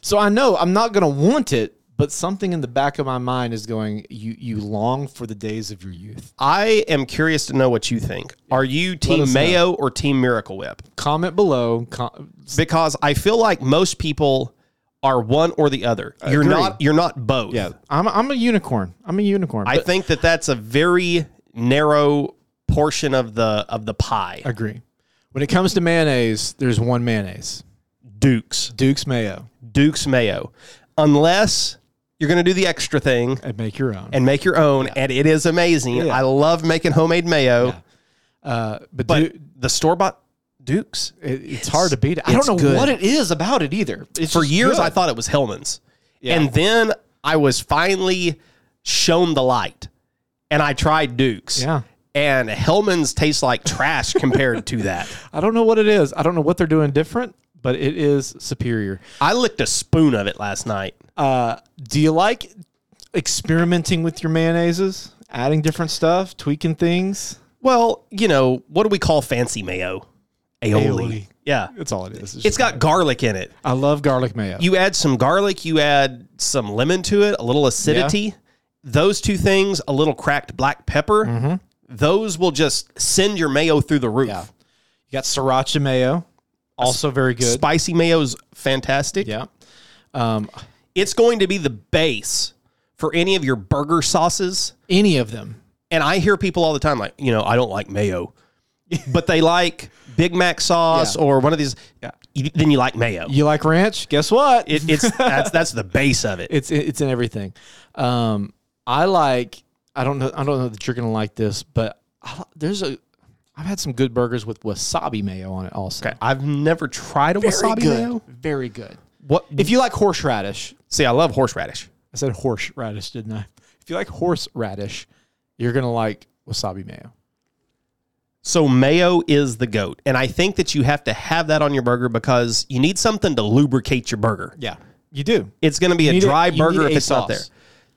Speaker 2: So I know I'm not gonna want it, but something in the back of my mind is going, you you long for the days of your youth.
Speaker 3: I am curious to know what you think. Are you
Speaker 2: us
Speaker 3: Team
Speaker 2: know.
Speaker 3: Mayo or Team Miracle Whip?
Speaker 2: Comment below. Com-
Speaker 3: Because I feel like most people are one or the other. You're
Speaker 2: agree.
Speaker 3: not. You're not both.
Speaker 2: yeah, I'm I'm a unicorn. I'm a unicorn.
Speaker 3: I
Speaker 2: but-
Speaker 3: think that that's a very narrow portion of the of the pie.
Speaker 2: agree. When it comes to mayonnaise, there's one mayonnaise,
Speaker 3: Duke's
Speaker 2: Duke's mayo,
Speaker 3: Duke's Mayo, unless you're going to do the extra thing
Speaker 2: and make your own.
Speaker 3: and make your own, and it is amazing.
Speaker 2: Yeah.
Speaker 3: I love making homemade mayo,
Speaker 2: uh, but
Speaker 3: but
Speaker 2: Du-
Speaker 3: the store bought Duke's.
Speaker 2: It, it's, hard to beat. I
Speaker 3: it's
Speaker 2: don't know
Speaker 3: good.
Speaker 2: what it is about it either. It's
Speaker 3: For
Speaker 2: just
Speaker 3: years,
Speaker 2: good.
Speaker 3: I thought it was Hellman's, and then I was finally shown the light, and I tried Duke's.
Speaker 2: Yeah.
Speaker 3: And Hellman's tastes like trash compared to that.
Speaker 2: I don't know what it is. I don't know what they're doing different, but it is superior.
Speaker 3: I licked a spoon of it last night.
Speaker 2: Uh, do you like experimenting with your mayonnaises, adding different stuff, tweaking things?
Speaker 3: Well, you know, what do we call fancy mayo? Aioli.
Speaker 2: Aioli.
Speaker 3: Yeah.
Speaker 2: That's all it is. It's
Speaker 3: It's
Speaker 2: just-
Speaker 3: got garlic in it.
Speaker 2: I love garlic mayo.
Speaker 3: You add some garlic, you add some lemon to it, a little acidity. Those two things, a little cracked black pepper, those will just send your mayo through the roof.
Speaker 2: Mm-hmm. Yeah. You got sriracha mayo, also very good.
Speaker 3: Spicy mayo's fantastic.
Speaker 2: yeah. Um,
Speaker 3: It's going to be the base for any of your burger sauces.
Speaker 2: any of them.
Speaker 3: And I hear people all the time like, you know, I don't like mayo. but they like Big Mac sauce
Speaker 2: Yeah.
Speaker 3: or one of these. You- Then you like mayo.
Speaker 2: You like ranch? Guess what?
Speaker 3: It, it's that's that's the base of it.
Speaker 2: It's it's in everything. Um, I like. I don't know. I don't know that you're gonna like this, but I, li- there's a. I've had some good burgers with wasabi mayo on it. Also,
Speaker 3: I've never tried a
Speaker 2: very
Speaker 3: wasabi
Speaker 2: good.
Speaker 3: mayo.
Speaker 2: Very good.
Speaker 3: What?
Speaker 2: If you like horseradish,
Speaker 3: see, I love horseradish.
Speaker 2: I said horseradish, didn't I? If you like horseradish, you're gonna like wasabi mayo.
Speaker 3: So mayo is the goat, and I think that you have to have that on your burger because you need something to lubricate your burger.
Speaker 2: Yeah, you do.
Speaker 3: It's going to be a
Speaker 2: need a-
Speaker 3: dry
Speaker 2: you
Speaker 3: burger
Speaker 2: need
Speaker 3: if
Speaker 2: a
Speaker 3: it's not there.
Speaker 2: sauce.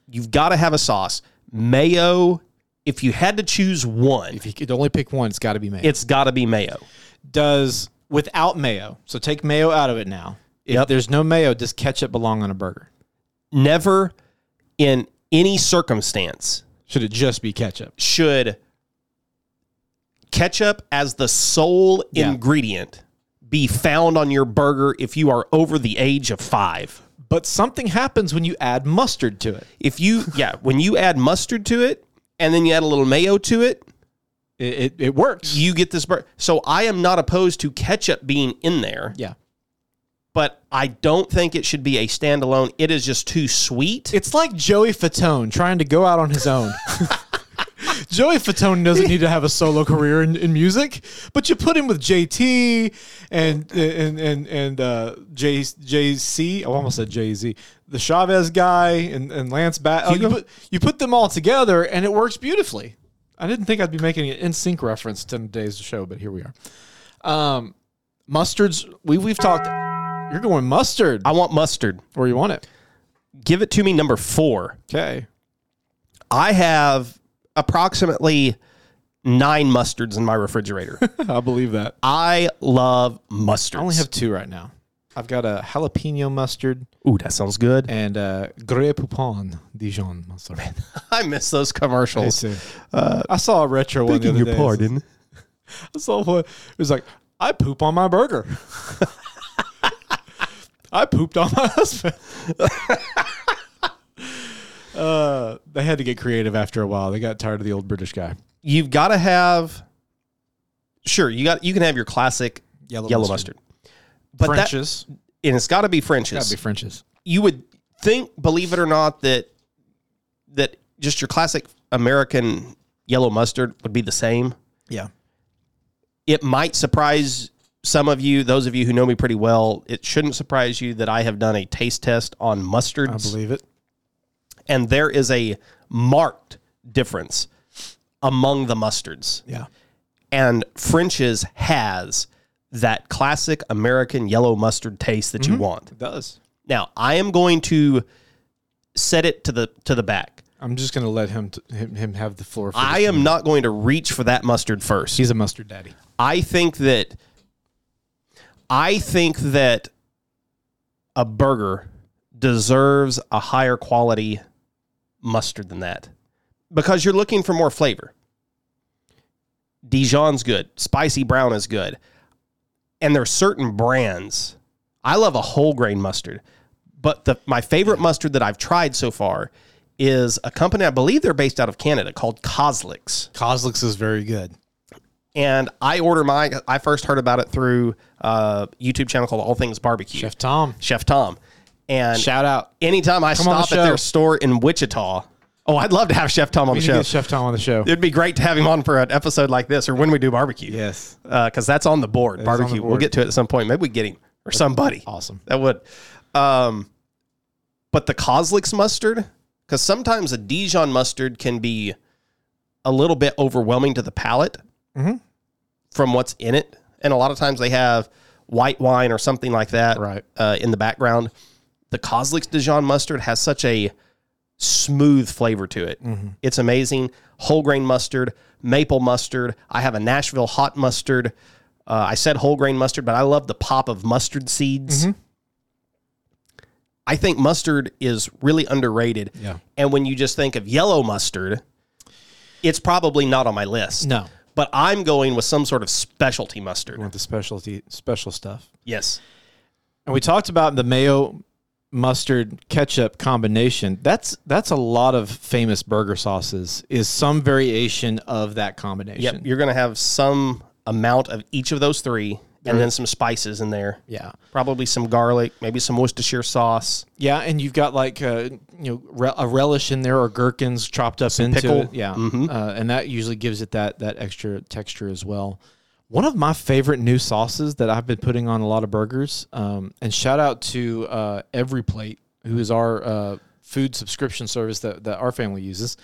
Speaker 3: You've got to have a sauce. Mayo. If you had to choose one,
Speaker 2: If you could only pick one, it's got to be mayo.
Speaker 3: it's got to be mayo.
Speaker 2: does without mayo. So take mayo out of it now. If
Speaker 3: Yep.
Speaker 2: there's no mayo, does ketchup belong on a burger?
Speaker 3: Never, in any circumstance,
Speaker 2: Should it just be ketchup?
Speaker 3: should ketchup as the sole
Speaker 2: Yeah.
Speaker 3: ingredient be found on your burger if you are over the age of five.
Speaker 2: But something happens when you add mustard to it.
Speaker 3: If you, yeah, when you add mustard to it and then you add a little mayo to it,
Speaker 2: It, it, it works.
Speaker 3: you get this burger. So I am not opposed to ketchup being in there,
Speaker 2: yeah.
Speaker 3: but I don't think it should be a standalone. It is just too sweet.
Speaker 2: It's like Joey Fatone trying to go out on his own. Joey Fatone doesn't need to have a solo career in, in music, but you put him with JT and and and and uh, J JC. I almost said Jay Z, the Chavez guy, and, and Lance Bat. you, put, you put them all together, and it works beautifully. I didn't think I'd be making an in sync reference to today's show, but here we are. Um, mustards. We we've talked. You're going mustard
Speaker 3: I want mustard.
Speaker 2: where you want it.
Speaker 3: Give it to me number four.
Speaker 2: Okay.
Speaker 3: I have approximately nine mustards in my refrigerator.
Speaker 2: I believe that.
Speaker 3: I love mustards.
Speaker 2: I only have two right now. I've got a jalapeno mustard
Speaker 3: Ooh, that sounds good.
Speaker 2: and uh, Grey Poupon Dijon mustard.
Speaker 3: I miss those
Speaker 2: Hey,
Speaker 3: commercials.
Speaker 2: Sue. I saw a retro one. the other day. I saw one. It was like, I poop on my burger. I pooped on my husband. uh, they had to get creative after a while. They got tired of the old British guy.
Speaker 3: You've got to have. Sure, you got. You can have your classic
Speaker 2: Yellow
Speaker 3: yellow
Speaker 2: mustard.
Speaker 3: mustard, but that
Speaker 2: French's.
Speaker 3: and it's got to be
Speaker 2: Gotta
Speaker 3: French's.
Speaker 2: be French's.
Speaker 3: you would think, believe it or not, that that just your classic American yellow mustard would be the same.
Speaker 2: Yeah.
Speaker 3: It might surprise some of you, those of you who know me pretty well. It shouldn't surprise you that I have done a taste test on
Speaker 2: I
Speaker 3: mustards,
Speaker 2: believe it.
Speaker 3: and there is a marked difference among the mustards.
Speaker 2: Yeah.
Speaker 3: And French's has that classic American yellow mustard taste that you want.
Speaker 2: It does.
Speaker 3: Now, I am going to set it to the to the back.
Speaker 2: I'm just going to let him, t- him him have the floor. For
Speaker 3: I
Speaker 2: this.
Speaker 3: am not going to reach for that mustard first.
Speaker 2: He's a mustard daddy.
Speaker 3: I think that I think that a burger deserves a higher quality mustard than that because you're looking for more flavor. Dijon's good, spicy brown is good. And there are certain brands. I love a whole grain mustard, but the my favorite mustard that I've tried so far is a company I believe they're based out of Canada called Coslix
Speaker 2: Coslix is very good.
Speaker 3: and I order my. I first heard about it through a YouTube channel called All Things Barbecue, Chef,
Speaker 2: Chef Tom.
Speaker 3: Tom. And
Speaker 2: Shout out.
Speaker 3: anytime I
Speaker 2: Come on the
Speaker 3: stop at their
Speaker 2: show.
Speaker 3: store in Wichita, oh, I'd love to have Chef Tom on
Speaker 2: We
Speaker 3: the
Speaker 2: need to
Speaker 3: show.
Speaker 2: get Chef Tom on the show.
Speaker 3: It'd be great to have him on for an episode like this, or when we do barbecue.
Speaker 2: Yes.
Speaker 3: because that's on the board.
Speaker 2: on the
Speaker 3: barbecue. We'll
Speaker 2: board.
Speaker 3: get to it at some point. Maybe we get him or somebody.
Speaker 2: Awesome.
Speaker 3: That would. Um, but the Coslix mustard, because sometimes a Dijon mustard can be a little bit overwhelming to the palate
Speaker 2: Mm-hmm.
Speaker 3: from what's in it. And a lot of times they have white wine or something like that
Speaker 2: Right.
Speaker 3: uh, in the background. The Coslix Dijon mustard has such a smooth flavor to it.
Speaker 2: Mm-hmm.
Speaker 3: It's amazing. Whole grain mustard, maple mustard. I have a Nashville hot mustard. Uh, I said whole grain mustard, but I love the pop of mustard seeds.
Speaker 2: Mm-hmm.
Speaker 3: I think mustard is really underrated.
Speaker 2: Yeah.
Speaker 3: And when you just think of yellow mustard, it's probably not on my list.
Speaker 2: No.
Speaker 3: But I'm going with some sort of specialty mustard.
Speaker 2: Want the specialty special stuff.
Speaker 3: Yes.
Speaker 2: And we talked about the mayo mustard ketchup combination. That's that's a lot of famous burger sauces is some variation of that
Speaker 3: Yep.
Speaker 2: combination.
Speaker 3: You're going to have some amount of each of those three and then some spices in there.
Speaker 2: Yeah.
Speaker 3: Probably some garlic, maybe some Worcestershire sauce.
Speaker 2: Yeah, and you've got like uh, you know re- a relish in there or gherkins chopped up into
Speaker 3: pickle.
Speaker 2: it. Yeah. Uh, and that usually gives it that that extra texture as well. One of my favorite new sauces that I've been putting on a lot of burgers, um, and shout out to uh, Every Plate, who is our uh, food subscription service that, that our family uses.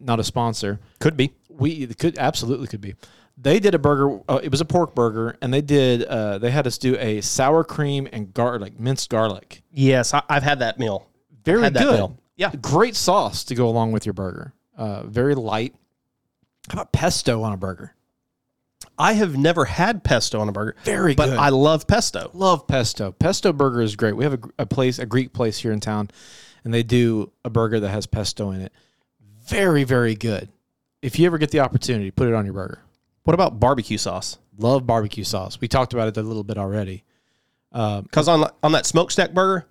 Speaker 2: Not a sponsor,
Speaker 3: Could be.
Speaker 2: we it could absolutely could be. They did a burger. Uh, it was a pork burger, and they did. Uh, they had us do a sour cream and garlic, minced garlic.
Speaker 3: Yes. I, I've had that meal.
Speaker 2: Very
Speaker 3: Had that
Speaker 2: good.
Speaker 3: meal. Yeah.
Speaker 2: great sauce to go along with your burger. Uh, very light. How about pesto on a burger?
Speaker 3: I have never had pesto on a burger,
Speaker 2: Very
Speaker 3: but
Speaker 2: good.
Speaker 3: I love pesto.
Speaker 2: love pesto. Pesto burger is great. We have a, gr- a place, a Greek place here in town, and they do a burger that has pesto in it. Very, very good. If you ever get the opportunity, put it on your burger.
Speaker 3: What about barbecue sauce?
Speaker 2: Love barbecue sauce. We talked about it a little bit already.
Speaker 3: Because on on that smokestack burger,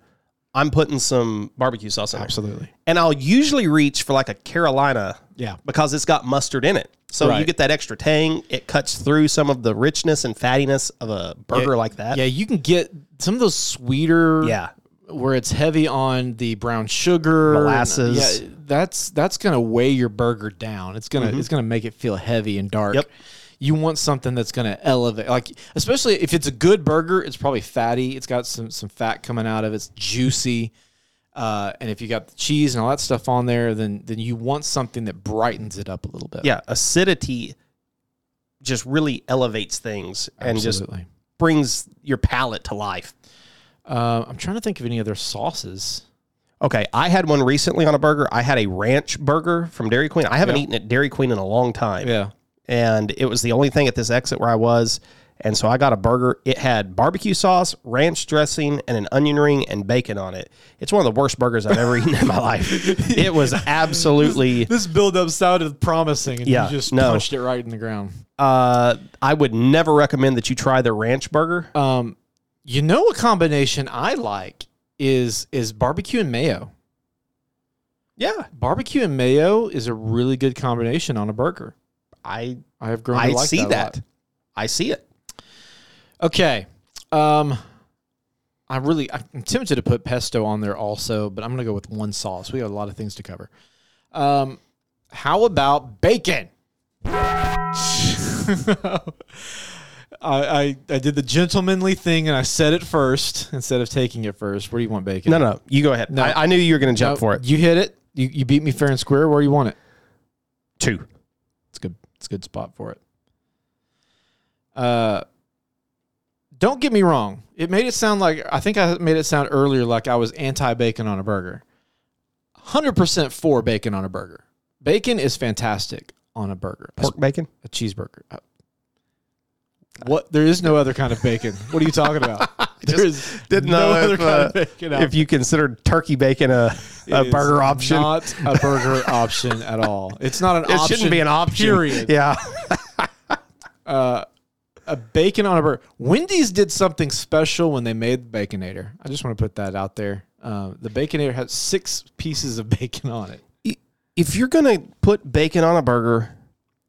Speaker 3: I'm putting some barbecue sauce in there,
Speaker 2: Absolutely.
Speaker 3: and I'll usually reach for like a Carolina,
Speaker 2: Yeah.
Speaker 3: because it's got mustard in it. So you
Speaker 2: Right.
Speaker 3: get that extra tang. It cuts through some of the richness and fattiness of a burger like that.
Speaker 2: Yeah, you can get some of those sweeter.
Speaker 3: Yeah.
Speaker 2: Where it's heavy on the brown sugar, and-
Speaker 3: Molasses. Mm-hmm.
Speaker 2: yeah, that's that's gonna weigh your burger down. It's gonna it's gonna make it feel heavy and dark.
Speaker 3: Yep.
Speaker 2: You want something that's gonna elevate, like especially if it's a good burger. It's probably fatty. It's got some some fat coming out of it. It's juicy. Uh, and if you got the cheese and all that stuff on there, then then you want something that brightens it up a little bit.
Speaker 3: yeah, acidity just really elevates things and just
Speaker 2: absolutely.
Speaker 3: brings your palate to life.
Speaker 2: Uh, I'm trying to think of any other sauces.
Speaker 3: Okay, I had one recently on a burger. I had a ranch burger from Dairy Queen. I haven't
Speaker 2: Yeah.
Speaker 3: eaten at Dairy Queen in a long time.
Speaker 2: Yeah,
Speaker 3: And it was the only thing at this exit where I was. And so I got a burger. It had barbecue sauce, ranch dressing, and an onion ring and bacon on it. It's one of the worst burgers I've ever eaten in my life. It was absolutely.
Speaker 2: This buildup sounded promising, and
Speaker 3: Yeah,
Speaker 2: you just
Speaker 3: no.
Speaker 2: punched it right in the ground.
Speaker 3: Uh, I would never recommend that you try the ranch burger.
Speaker 2: Um, you know, a combination I like is is barbecue and mayo.
Speaker 3: Yeah,
Speaker 2: Barbecue and mayo is a really good combination on a burger.
Speaker 3: I
Speaker 2: I have grown. To
Speaker 3: I
Speaker 2: like
Speaker 3: see
Speaker 2: that.
Speaker 3: that.
Speaker 2: a lot.
Speaker 3: I see it.
Speaker 2: Okay. Um I really I'm tempted to put pesto on there also, but I'm gonna go with one sauce. We got a lot of things to cover. Um how about bacon? I, I I did the gentlemanly thing and I said it first instead of taking it first. Where do you want bacon?
Speaker 3: No, no, you go ahead.
Speaker 2: No.
Speaker 3: I, I knew you were going to jump
Speaker 2: No,
Speaker 3: for it.
Speaker 2: You hit it. You, you beat me fair and square. Where do you want it?
Speaker 3: Two.
Speaker 2: It's good. It's a good spot for it. Uh, don't get me wrong. It made it sound like I think I made it sound earlier like I was anti bacon on a burger. Hundred percent for bacon on a burger. Bacon is fantastic on a burger, a,
Speaker 3: Pork bacon.
Speaker 2: a cheeseburger. Uh, What? There is no other kind of bacon. What are you talking about? there is
Speaker 3: Didn't
Speaker 2: no
Speaker 3: know
Speaker 2: other
Speaker 3: if,
Speaker 2: kind of
Speaker 3: uh,
Speaker 2: bacon. out
Speaker 3: If you considered turkey bacon a, a
Speaker 2: it is
Speaker 3: burger option,
Speaker 2: Not a burger option at all. It's not an
Speaker 3: it
Speaker 2: option.
Speaker 3: shouldn't be an option.
Speaker 2: Period.
Speaker 3: Yeah.
Speaker 2: A bacon on a burger. Wendy's did something special when they made the Baconator. I just want to put that out there. Um, the Baconator had six pieces of bacon on it.
Speaker 3: If you're going to put bacon on a burger,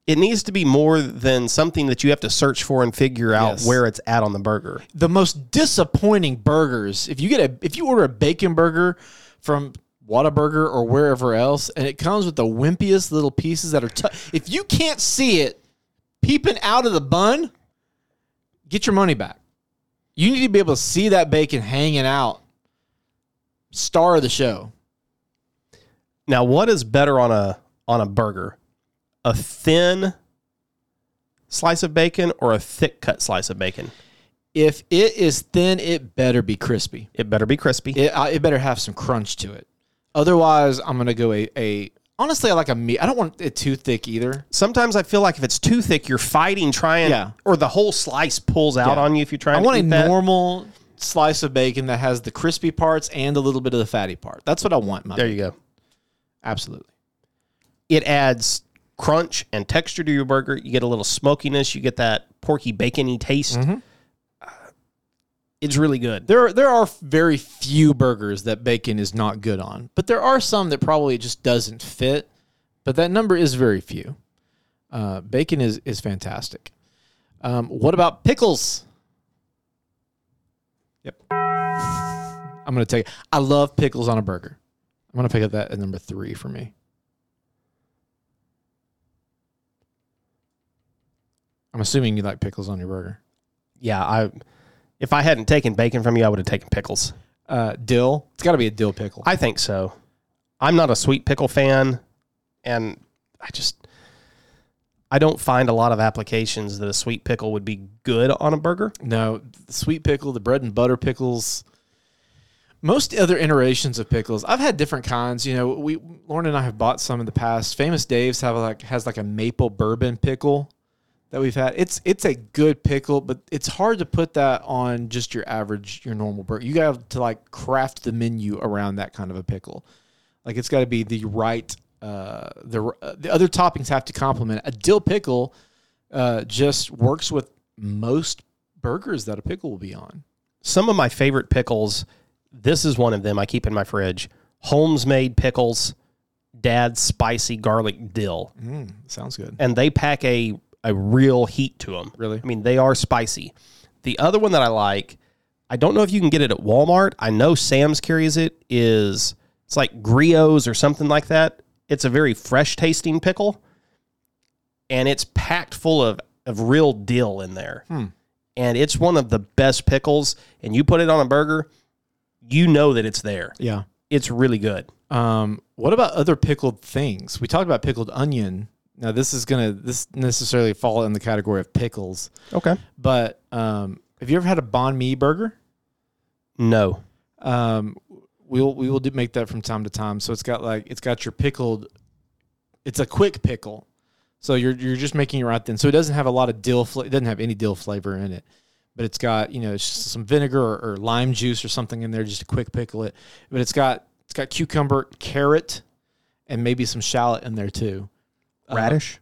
Speaker 3: it needs to be more than something that you have to search for and figure out
Speaker 2: Yes.
Speaker 3: where it's at on the burger.
Speaker 2: The most disappointing burgers. If you get a, if you order a bacon burger from Whataburger or wherever else, and it comes with the wimpiest little pieces that are. T- if you can't see it peeping out of the bun, get your money back. You need to be able to see that bacon hanging out. Star of the show.
Speaker 3: Now, what is better on a on a burger? A thin slice of bacon or a thick cut slice of bacon?
Speaker 2: If it is thin, it better be crispy.
Speaker 3: It better be crispy.
Speaker 2: It, I- it better have some crunch to it. Otherwise, I'm gonna go a, a honestly. I like a meat. I don't want it too thick either.
Speaker 3: Sometimes I feel like if it's too thick, you're fighting trying,
Speaker 2: Yeah.
Speaker 3: or the whole slice pulls out
Speaker 2: Yeah.
Speaker 3: on you if you're trying.
Speaker 2: I
Speaker 3: to
Speaker 2: want a
Speaker 3: eat that.
Speaker 2: normal slice of bacon that has the crispy parts and a little bit of the fatty part. That's what I want. in My
Speaker 3: There you go.
Speaker 2: absolutely.
Speaker 3: It adds crunch and texture to your burger. You get a little smokiness. You get that porky bacony taste. Uh, It's really good.
Speaker 2: There, there are very few burgers that bacon is not good on, but there are some that probably just doesn't fit. But that number is very few. Uh, bacon is is fantastic. Um, what about pickles? Yep, I'm gonna take. I love pickles on a burger. I'm gonna pick up that at number three for me. I'm assuming you like pickles on your burger.
Speaker 3: Yeah, I. If I hadn't taken bacon from you, I would have taken pickles.
Speaker 2: Uh, dill. It's got to be a dill pickle.
Speaker 3: I think so. I'm not a sweet pickle fan, and I just I don't find a lot of applications that a sweet pickle would be good on a burger.
Speaker 2: No, the sweet pickle, the bread and butter pickles. Most other iterations of pickles, I've had different kinds. You know, we Lauren and I have bought some in the past. Famous Dave's have like has like a maple bourbon pickle that we've had. It's it's a good pickle, but it's hard to put that on just your average your normal burger. You got to like craft the menu around that kind of a pickle. Like it's got to be the right uh, the uh, the other toppings have to complement it. a dill pickle. Uh, just works with most burgers that a pickle will be on.
Speaker 3: Some of my favorite pickles, this is one of them I keep in my fridge. Holmes made pickles, dad's spicy garlic dill.
Speaker 2: Mm, sounds good.
Speaker 3: And they pack a a real heat to them.
Speaker 2: Really?
Speaker 3: I mean, they are spicy. The other one that I like, I don't know if you can get it at Walmart. I know Sam's carries it. Is it's like griots or something like that. It's a very fresh tasting pickle, and it's packed full of of real dill in there.
Speaker 2: Hmm.
Speaker 3: And it's one of the best pickles. And you put it on a burger, you know that it's there.
Speaker 2: Yeah.
Speaker 3: It's really good.
Speaker 2: Um, what about other pickled things? We talked about pickled onion. Now this is gonna this necessarily fall in the category of pickles,
Speaker 3: Okay.
Speaker 2: but um, have you ever had a banh mi burger?
Speaker 3: No.
Speaker 2: Um, we'll we will do make that from time to time. So it's got like it's got your pickled. It's a quick pickle, So you're you're just making it right then. So it doesn't have a lot of dill. Fla- it doesn't have any dill flavor in it, but it's got you know it's just some vinegar or, or lime juice or something in there, just to quick pickle it. But it's got it's got cucumber, carrot, and maybe some shallot in there too. Uh,
Speaker 3: Radish.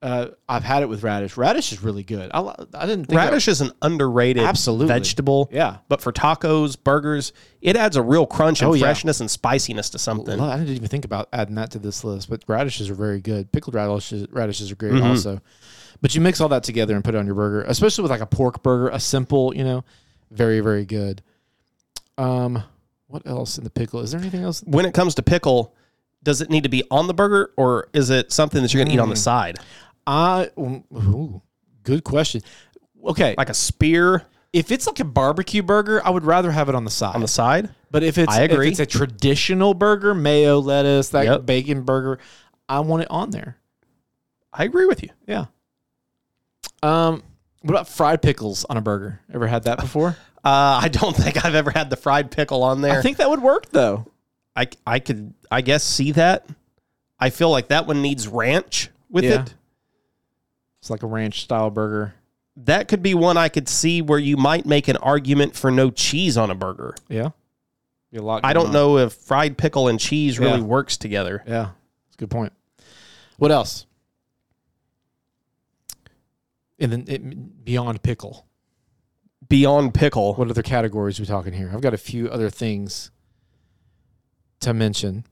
Speaker 2: Uh, I've had it with radish. Radish is really good. I li- I didn't think I-
Speaker 3: Radish is an underrated
Speaker 2: Absolutely.
Speaker 3: vegetable.
Speaker 2: yeah.
Speaker 3: But for tacos, burgers, it adds a real crunch and
Speaker 2: Oh, yeah.
Speaker 3: freshness and spiciness to something.
Speaker 2: Well, I didn't even think about adding that to this list, but radishes are very good. Pickled radishes, radishes are great
Speaker 3: Mm-hmm.
Speaker 2: also. But you mix all that together and put it on your burger, especially with like a pork burger, a simple, you know, very very good. Um, what else in the pickle? Is there anything else?
Speaker 3: When it comes to pickle, does it need to be on the burger or is it something that you're going to eat
Speaker 2: Mm.
Speaker 3: on the side?
Speaker 2: I ooh, good question. Okay,
Speaker 3: Like a spear
Speaker 2: if it's like a barbecue burger, I would rather have it on the side.
Speaker 3: on the side?
Speaker 2: But if it's
Speaker 3: I agree.
Speaker 2: if it's a traditional burger, mayo, lettuce, that
Speaker 3: Yep.
Speaker 2: bacon burger, I want it on there.
Speaker 3: I agree with you.
Speaker 2: Yeah. Um, what about fried pickles on a burger? Ever had that before?
Speaker 3: Uh, I don't think I've ever had the fried pickle on there.
Speaker 2: I think that would work though.
Speaker 3: I I could I guess see that. I feel like that one needs ranch with
Speaker 2: Yeah.
Speaker 3: it.
Speaker 2: It's like a ranch style burger.
Speaker 3: That could be one I could see where you might make an argument for no cheese on a burger.
Speaker 2: Yeah. Be a lot.
Speaker 3: I
Speaker 2: going
Speaker 3: don't
Speaker 2: on.
Speaker 3: know if fried pickle and cheese really
Speaker 2: Mm. Yeah.
Speaker 3: works together.
Speaker 2: Yeah, that's a good point. What else? And then it, beyond pickle,
Speaker 3: Beyond pickle.
Speaker 2: what other categories are we talking here? I've got a few other things to mention.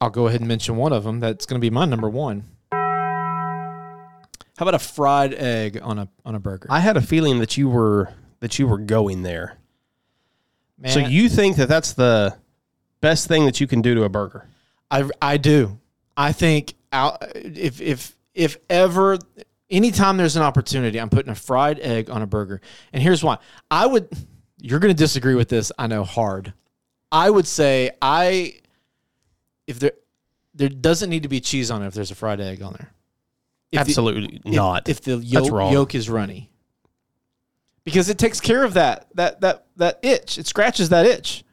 Speaker 2: I'll go ahead and mention one of them. That's going to be my number one. How about a fried egg on a on a burger?
Speaker 3: I had a feeling that you were that you were going there.
Speaker 2: Man,
Speaker 3: So you think that that's the best thing that you can do to a burger?
Speaker 2: I I do. I think out if if if ever anytime there's an opportunity, I'm putting a fried egg on a burger. And here's why. I would you're going to disagree with this, I know hard. I would say I if there there doesn't need to be cheese on it if there's a fried egg on there. If the-
Speaker 3: Absolutely
Speaker 2: if-
Speaker 3: not.
Speaker 2: If the yolk,
Speaker 3: wrong.
Speaker 2: yolk is runny. Because it takes care of that that that that itch. It scratches that itch.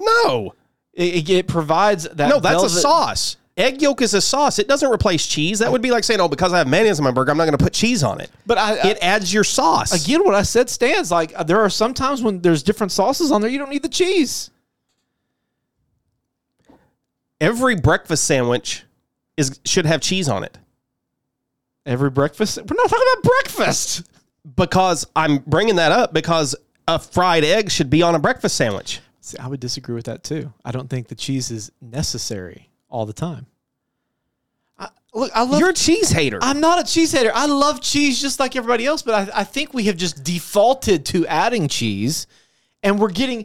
Speaker 3: no.
Speaker 2: It, it, it provides that
Speaker 3: No, that's a
Speaker 2: velvet-
Speaker 3: sauce. Egg yolk is a sauce. It doesn't replace cheese. That would be like saying, "Oh, because I have mayonnaise on my burger, I'm not going to put cheese on it."
Speaker 2: But I, I-
Speaker 3: it adds your sauce.
Speaker 2: again what i said stands like uh, there are some times when there's different sauces on there you don't need the cheese
Speaker 3: Every breakfast sandwich is should have cheese on it
Speaker 2: every breakfast we're not talking about breakfast
Speaker 3: because I'm bringing that up because a fried egg should be on a breakfast sandwich.
Speaker 2: See, i would disagree with that too i don't think the cheese is necessary all the time I, look i love
Speaker 3: You're a cheese hater.
Speaker 2: i'm not a cheese hater i love cheese just like everybody else but i, I think we have just defaulted to adding cheese and we're getting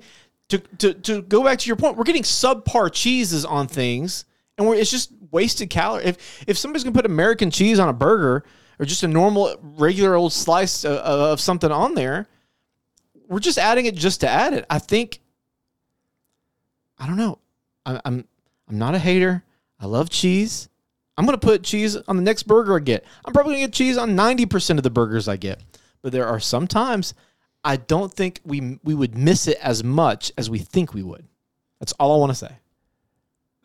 Speaker 2: to, to, to go back to your point we're getting subpar cheeses on things and we're, it's just wasted calorie if if somebody's gonna put american cheese on a burger or just a normal regular old slice of, of something on there we're just adding it just to add it i think i don't know I, i'm i'm not a hater i love cheese i'm gonna put cheese on the next burger i get i'm probably gonna get cheese on 90% of the burgers i get but there are some times I don't think we we would miss it as much as we think we would. That's all I want to say.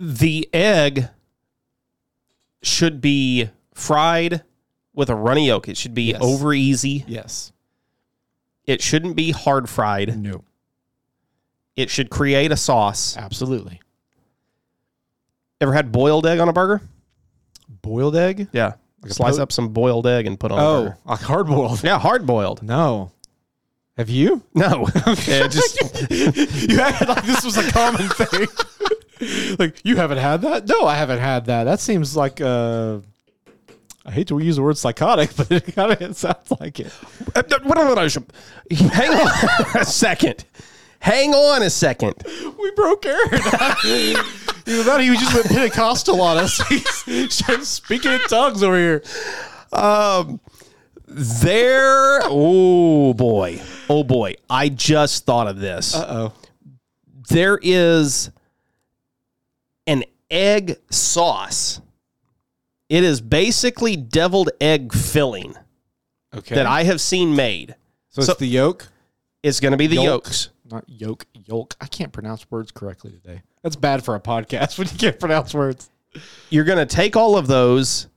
Speaker 3: the egg should be fried with a runny yolk. It should be
Speaker 2: Yes.
Speaker 3: over easy.
Speaker 2: Yes.
Speaker 3: It shouldn't be hard fried.
Speaker 2: No.
Speaker 3: It should create a sauce.
Speaker 2: Absolutely.
Speaker 3: Ever had boiled egg on a burger?
Speaker 2: Boiled egg?
Speaker 3: Yeah. Slice
Speaker 2: po- Oh.
Speaker 3: up some boiled egg and put on. a burger.
Speaker 2: like hard boiled.
Speaker 3: yeah, hard boiled.
Speaker 2: No. Have you?
Speaker 3: No, Yeah, just
Speaker 2: you acted like this was a common thing. like you haven't had that? No, I haven't had that. That seems like uh I hate to use the word psychotic, but it kind of sounds like it.
Speaker 3: Uh, th- what- what- what- Hang on a second. Hang on a second.
Speaker 2: We broke Aaron. Either that, or he just went Pentecostal on us. He started speaking in tongues over here.
Speaker 3: Um, There. Oh boy. Oh boy. I just thought of this.
Speaker 2: Uh oh.
Speaker 3: There is an egg sauce. It is basically deviled egg filling
Speaker 2: Okay.
Speaker 3: that I have seen made.
Speaker 2: so it's
Speaker 3: so-
Speaker 2: the yolk,
Speaker 3: It's going to be the
Speaker 2: Yolk.
Speaker 3: yolks.
Speaker 2: not yolk, yolk. I can't pronounce words correctly today. That's bad for a podcast when you can't pronounce words.
Speaker 3: you're going to take all of those.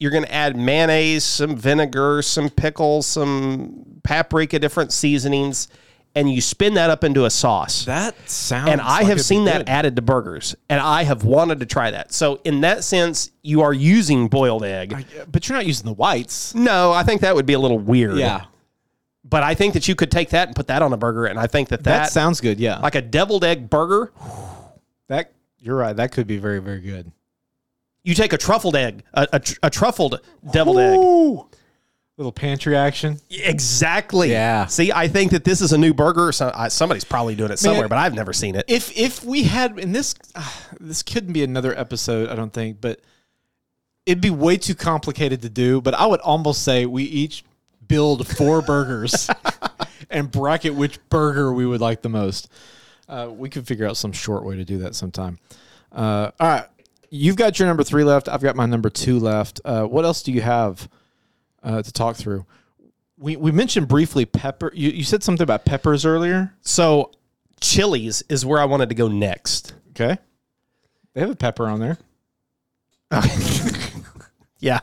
Speaker 3: You're going to add mayonnaise, some vinegar, some pickles, some paprika, different seasonings, and you spin that up into a sauce.
Speaker 4: That sounds.
Speaker 3: and I
Speaker 4: like it'd
Speaker 3: have
Speaker 4: be
Speaker 3: seen that
Speaker 4: good.
Speaker 3: added to burgers, and I have wanted to try that. So, in that sense, you are using boiled egg.
Speaker 4: but you're not using the whites.
Speaker 3: no, I think that would be a little weird.
Speaker 4: Yeah,
Speaker 3: But I think that you could take that and put that on a burger, and I think that
Speaker 2: That
Speaker 3: that,
Speaker 2: sounds good. Yeah.
Speaker 3: like a deviled egg burger,
Speaker 2: that you're right. That could be very very good.
Speaker 3: you take a truffled egg, a, a, tr- a truffled deviled
Speaker 2: Ooh. Little pantry action.
Speaker 3: egg. Exactly.
Speaker 2: Yeah.
Speaker 3: See, I think that this is a new burger. So I, somebody's probably doing it somewhere, but I've never seen it.
Speaker 2: If if we had and this uh, this couldn't be another episode, I don't think, but it'd be way too complicated to do, but I would almost say we each build four burgers and bracket which burger we would like the most. Uh, we could figure out some short way to do that sometime. Uh, all right. You've got your number three left. I've got my number two left. Uh, what else do you have uh, to talk through? We, we mentioned briefly pepper. You, you said something about peppers earlier.
Speaker 3: So, Chili's is where I wanted to go next.
Speaker 2: Okay. They have a pepper on there.
Speaker 3: Yeah.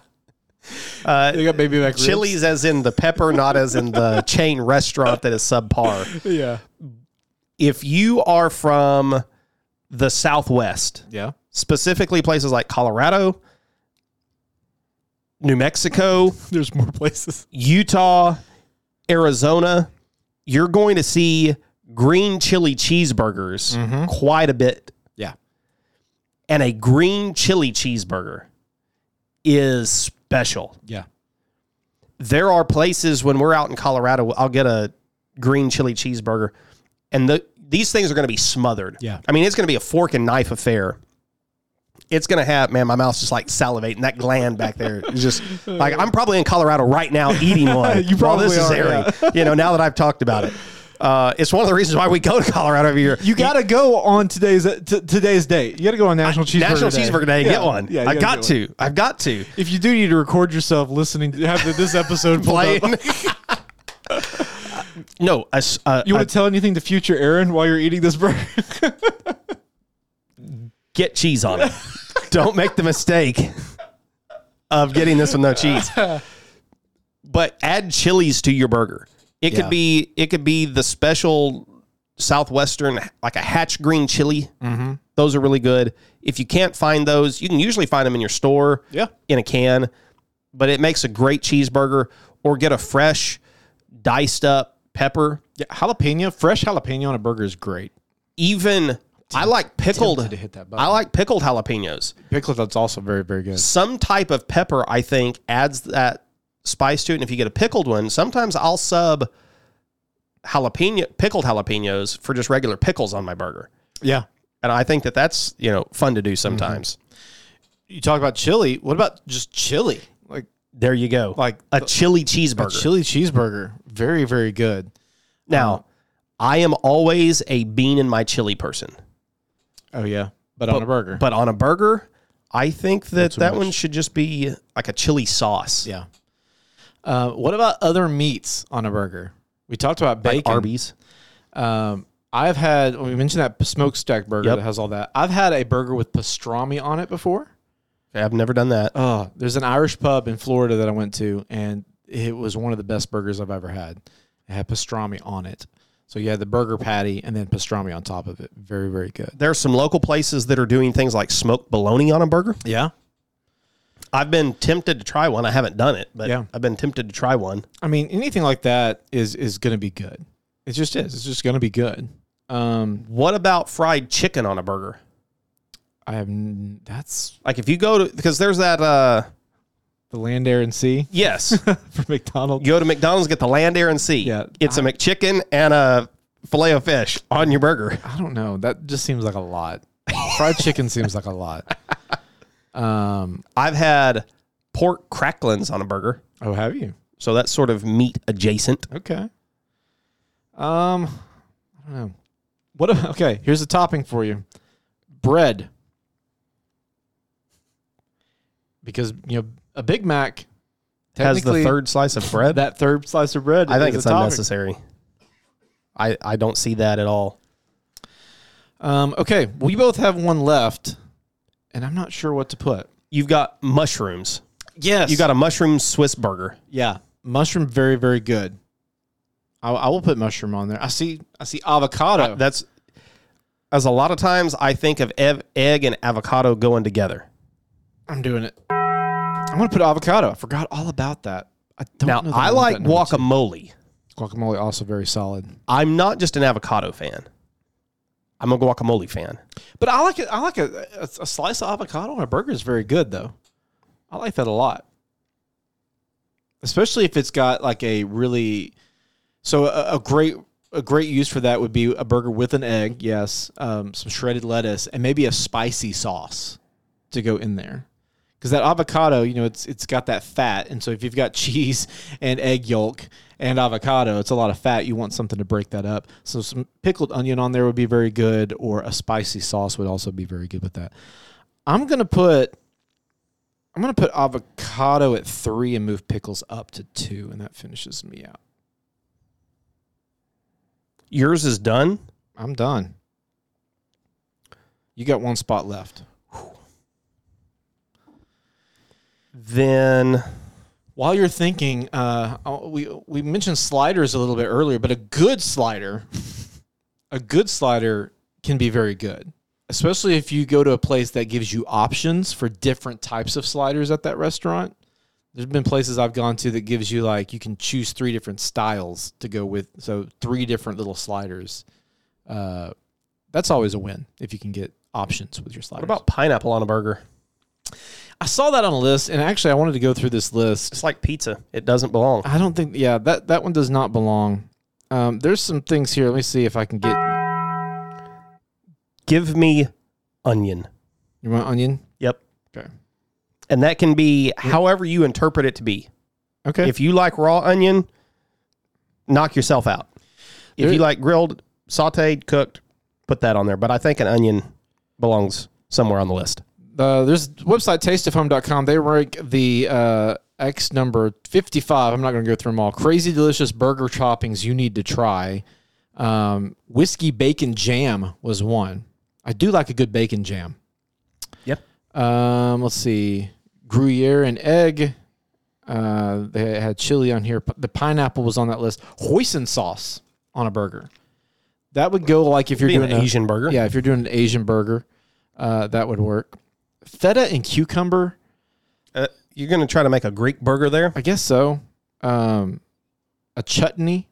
Speaker 3: Uh,
Speaker 2: They got baby back ribs.
Speaker 3: Chili's as in the pepper, not as in the chain restaurant that is subpar.
Speaker 2: Yeah.
Speaker 3: If you are from the Southwest,
Speaker 2: Yeah.
Speaker 3: specifically places like Colorado, New Mexico,
Speaker 2: There's more places.
Speaker 3: Utah, Arizona, you're going to see green chili cheeseburgers quite a bit.
Speaker 2: Yeah.
Speaker 3: And a green chili cheeseburger is special.
Speaker 2: Yeah.
Speaker 3: There are places when we're out in Colorado, I'll get a green chili cheeseburger, and the, these things are going to be smothered.
Speaker 2: Yeah.
Speaker 3: I mean, it's going to be a fork and knife affair. It's going to have, man, my mouth's just like salivating. That gland back there is just like, I'm probably in Colorado right now eating one.
Speaker 2: You
Speaker 3: while this
Speaker 2: probably
Speaker 3: is
Speaker 2: are,
Speaker 3: airing, You know, now that I've talked about it. Uh, it's one of the reasons why we go to Colorado every year.
Speaker 2: You got to go on today's uh, t- today's date. You got to go on National Cheeseburger
Speaker 3: National
Speaker 2: Day.
Speaker 3: Cheeseburger Day,
Speaker 2: Yeah.
Speaker 3: get one.
Speaker 2: Yeah, you
Speaker 3: I
Speaker 2: gotta
Speaker 3: got
Speaker 2: get one.
Speaker 3: to. I've got to.
Speaker 2: If you do need to record yourself listening, to have this episode pulled up.
Speaker 3: Playing. no, a s- a-
Speaker 2: You
Speaker 3: a
Speaker 2: want to tell anything to future Aaron while you're eating this burger?
Speaker 3: get cheese on it. Don't make the mistake of getting this with no cheese. But add chilies to your burger. It
Speaker 2: Yeah.
Speaker 3: could be it could be the special southwestern like a hatch green chili. Mm-hmm. Those are really good. If you can't find those, you can usually find them in your store.
Speaker 2: Yeah.
Speaker 3: in a can. But it makes a great cheeseburger. Or get a fresh, diced up pepper.
Speaker 2: yeah, jalapeno, fresh jalapeno on a burger is great.
Speaker 3: Even I like pickled.
Speaker 2: to hit that button.
Speaker 3: I like pickled jalapenos.
Speaker 2: Pickled that's also very very good.
Speaker 3: some type of pepper i think adds that spice to it and if you get a pickled one sometimes i'll sub jalapeno pickled jalapenos for just regular pickles on my burger
Speaker 2: Yeah.
Speaker 3: and i think that that's you know fun to do sometimes
Speaker 2: Mm-hmm. You talk about chili. What about just chili? Like
Speaker 3: there you go
Speaker 2: Like
Speaker 3: a
Speaker 2: the-
Speaker 3: chili cheeseburger
Speaker 2: chili cheeseburger, very very good.
Speaker 3: now i am always a bean in my chili person
Speaker 2: Oh yeah, but, on a burger.
Speaker 3: but on a burger i think that
Speaker 2: too
Speaker 3: that
Speaker 2: much.
Speaker 3: one should just be like a chili sauce
Speaker 2: Yeah. Uh, what about other meats on a burger? We talked about
Speaker 3: like
Speaker 2: bacon.
Speaker 3: arby's
Speaker 2: Um, I've had. We mentioned that smokestack burger
Speaker 3: Yep.
Speaker 2: that has all that. I've had a burger with pastrami on it before.
Speaker 3: Okay, i've never done that
Speaker 2: Oh, there's an Irish pub in Florida that I went to, and it was one of the best burgers I've ever had. It had pastrami on it, so you had the burger patty and then pastrami on top of it. Very, very good.
Speaker 3: there are some local places that are doing things like smoked bologna on a burger
Speaker 2: Yeah,
Speaker 3: I've been tempted to try one. I haven't done it, but
Speaker 2: Yeah.
Speaker 3: I've been tempted to try one.
Speaker 2: I mean, anything like that is is going to be good. It just is. It's just going to be good. Um,
Speaker 3: What about fried chicken on a burger?
Speaker 2: I have n- that's
Speaker 3: Like if you go to because there's that uh
Speaker 2: the land, air, and sea
Speaker 3: yes, you
Speaker 2: for McDonald's.
Speaker 3: go to McDonald's get the land air and sea.
Speaker 2: Yeah.
Speaker 3: It's a McChicken and a filet of fish on your burger.
Speaker 2: I don't know. That just seems like a lot. Fried chicken seems like a lot. Um.
Speaker 3: I've had pork cracklings on a burger.
Speaker 2: Oh, have you?
Speaker 3: So that's sort of meat adjacent.
Speaker 2: Okay. Um. I don't know. What? a- okay. Here's a topping for you. Bread. Because you know a Big Mac
Speaker 3: Has the
Speaker 2: technically,
Speaker 3: third slice of bread.
Speaker 2: that third slice of bread.
Speaker 3: I think
Speaker 2: is
Speaker 3: it's
Speaker 2: a topping.
Speaker 3: unnecessary. I, I don't see that at all.
Speaker 2: Um. Okay. We both have one left. and I'm not sure what to put.
Speaker 3: You've got mushrooms.
Speaker 2: Yes,
Speaker 3: You got a mushroom Swiss burger.
Speaker 2: yeah mushroom, very very good. I, I will put mushroom on there. I see I see avocado.
Speaker 3: That's as a lot of times I think of ev- egg and avocado going together.
Speaker 2: I'm doing it. I'm gonna put avocado. I forgot all about that. I don't
Speaker 3: Now
Speaker 2: know that
Speaker 3: I
Speaker 2: want
Speaker 3: like
Speaker 2: that number two.
Speaker 3: guacamole.
Speaker 2: Guacamole also very solid.
Speaker 3: I'm not just an avocado fan. I'm a guacamole fan.
Speaker 2: But I like it. I like a, a, a slice of avocado on a burger is very good though. I like that a lot, especially if it's got like a really so a, a great a great use for that would be a burger with an egg, yes, um, some shredded lettuce, and maybe a spicy sauce to go in there. Because that avocado, you know, it's it's got that fat, and so if you've got cheese and egg yolk and avocado, it's a lot of fat. You want something to break that up. So some pickled onion on there would be very good, or a spicy sauce would also be very good with that. I'm gonna put I'm gonna put avocado at three and move pickles up to two, and that finishes me out.
Speaker 3: Yours is done.
Speaker 2: I'm done. You got one spot left.
Speaker 3: Then
Speaker 2: While you're thinking, uh, oh, we we mentioned sliders a little bit earlier, but a good slider, a good slider can be very good, especially if you go to a place that gives you options for different types of sliders at that restaurant. There's been places I've gone to that gives you like you can choose three different styles to go with, so three different little sliders. Uh, that's always a win if you can get options with your sliders.
Speaker 3: what about pineapple on a burger?
Speaker 2: I saw that on a list, and actually I wanted to go through this list.
Speaker 3: It's like pizza. It doesn't belong.
Speaker 2: I don't think. Yeah, that that one does not belong. Um, there's some things here. Let me see if I can get.
Speaker 3: Give me onion.
Speaker 2: You want onion?
Speaker 3: Yep.
Speaker 2: Okay.
Speaker 3: And that can be however you interpret it to be.
Speaker 2: Okay.
Speaker 3: If you like raw onion, knock yourself out. If
Speaker 2: There-
Speaker 3: you like grilled, sauteed, cooked, put that on there. But I think an onion belongs somewhere on the list.
Speaker 2: uh, there's website tasteofhome.com. They rank the uh, X number 55. I'm not going to go through them all. Crazy delicious burger toppings you need to try. Um, whiskey bacon jam was one. I do like a good bacon jam.
Speaker 3: Yep.
Speaker 2: Um, let's see, Gruyere and egg. Uh, they had chili on here. P- The pineapple was on that list. Hoisin sauce on a burger. That would go like if you're
Speaker 3: Be an
Speaker 2: doing a-
Speaker 3: Asian burger.
Speaker 2: Yeah, if you're doing an Asian burger, uh, that would work. Feta and cucumber.
Speaker 3: Uh, you're going to try to make a Greek burger there.
Speaker 2: I guess so. Um, a chutney,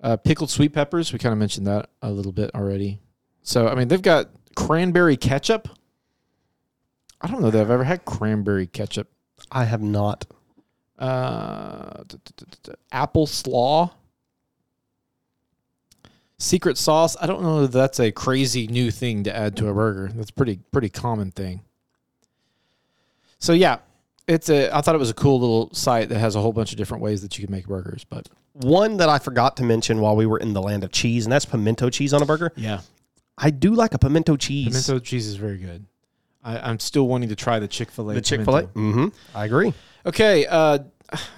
Speaker 2: uh, pickled sweet peppers. We kind of mentioned that a little bit already. So I mean, they've got cranberry ketchup. I don't know that I've ever had cranberry ketchup.
Speaker 3: I have not.
Speaker 2: Uh, t- t- t- t- apple slaw. Secret sauce. I don't know that that's a crazy new thing to add to a burger. That's a pretty pretty common thing. So yeah, it's a. I thought it was a cool little site that has a whole bunch of different ways that you can make burgers. But
Speaker 3: One that I forgot to mention while we were in the land of cheese, and that's pimento cheese on a burger.
Speaker 2: yeah,
Speaker 3: I do like a pimento cheese.
Speaker 2: pimento cheese is very good. I, I'm still wanting to try the Chick Fil A.
Speaker 3: the Chick fil A. Mm-hmm. I agree.
Speaker 2: Okay, uh,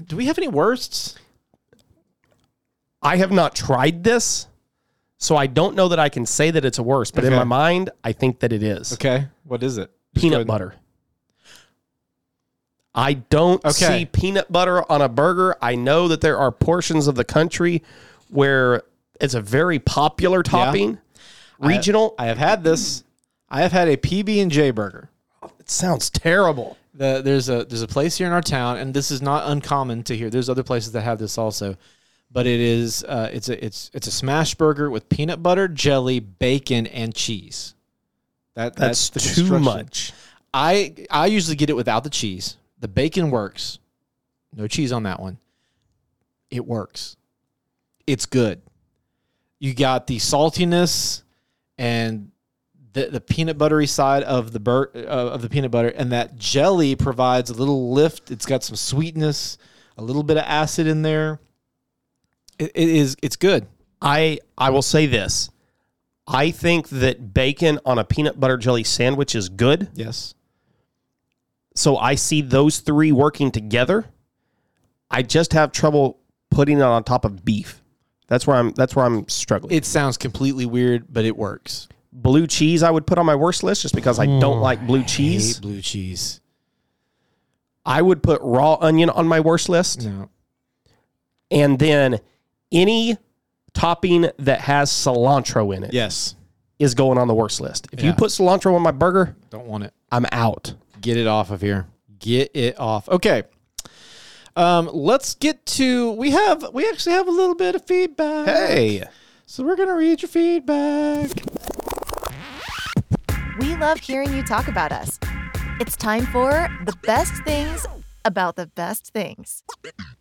Speaker 2: do we have any worsts?
Speaker 3: I have not tried this, so I don't know that I can say that it's a worse, but in
Speaker 2: Okay.
Speaker 3: my mind, I think that it is.
Speaker 2: Okay, what is it? Just go ahead
Speaker 3: Peanut
Speaker 2: and-
Speaker 3: butter. I don't
Speaker 2: Okay.
Speaker 3: see peanut butter on a burger. I know that there are portions of the country where it's a very popular topping. Regional.
Speaker 2: I have had this. I have had a PB and J burger.
Speaker 3: it sounds terrible.
Speaker 2: the, there's a there's a place here in our town, and this is not uncommon to hear. There's other places that have this also, but it is uh, it's a it's it's a smash burger with peanut butter, jelly, bacon, and cheese. That
Speaker 3: That's,
Speaker 2: the
Speaker 3: too
Speaker 2: construction.
Speaker 3: much.
Speaker 2: I I usually get it without the cheese. The bacon works. No cheese on that one. It works. It's good. You got the saltiness and the, the peanut buttery side of the bur- uh, of the peanut butter and that jelly provides a little lift. It's got some sweetness, a little bit of acid in there. It- it is it's good.
Speaker 3: I I will say this. I think that bacon on a peanut butter jelly sandwich is good.
Speaker 2: Yes.
Speaker 3: So I see those three working together. I just have trouble putting it on top of beef. That's where I'm that's where I'm struggling.
Speaker 2: It sounds completely weird, but it works.
Speaker 3: Blue cheese I would put on my worst list just because I don't like blue
Speaker 2: Hate
Speaker 3: cheese.
Speaker 2: blue cheese.
Speaker 3: I would put raw onion on my worst list.
Speaker 2: No.
Speaker 3: And then any topping that has cilantro in it is
Speaker 4: Yes.
Speaker 3: going on the worst list. If you
Speaker 2: Yeah.
Speaker 3: put cilantro on my burger,
Speaker 2: Don't want it.
Speaker 3: I'm out.
Speaker 2: Get it off of here. Get it off. Okay. Um, let's get to we have we actually have a little bit of feedback.
Speaker 3: Hey.
Speaker 2: So we're gonna read your feedback.
Speaker 1: We love hearing you talk about us. It's time for the best things about the best things.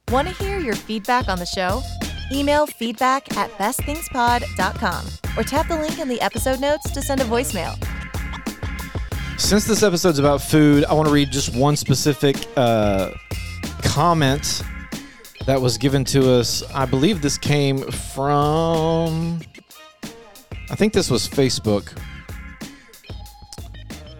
Speaker 1: Want to hear your feedback on the show? Email feedback at bestthingspod.com or tap the link in the episode notes to send a voicemail.
Speaker 2: Since this episode's about food, I want to read just one specific uh, comment that was given to us. I believe this came from. I think this was Facebook.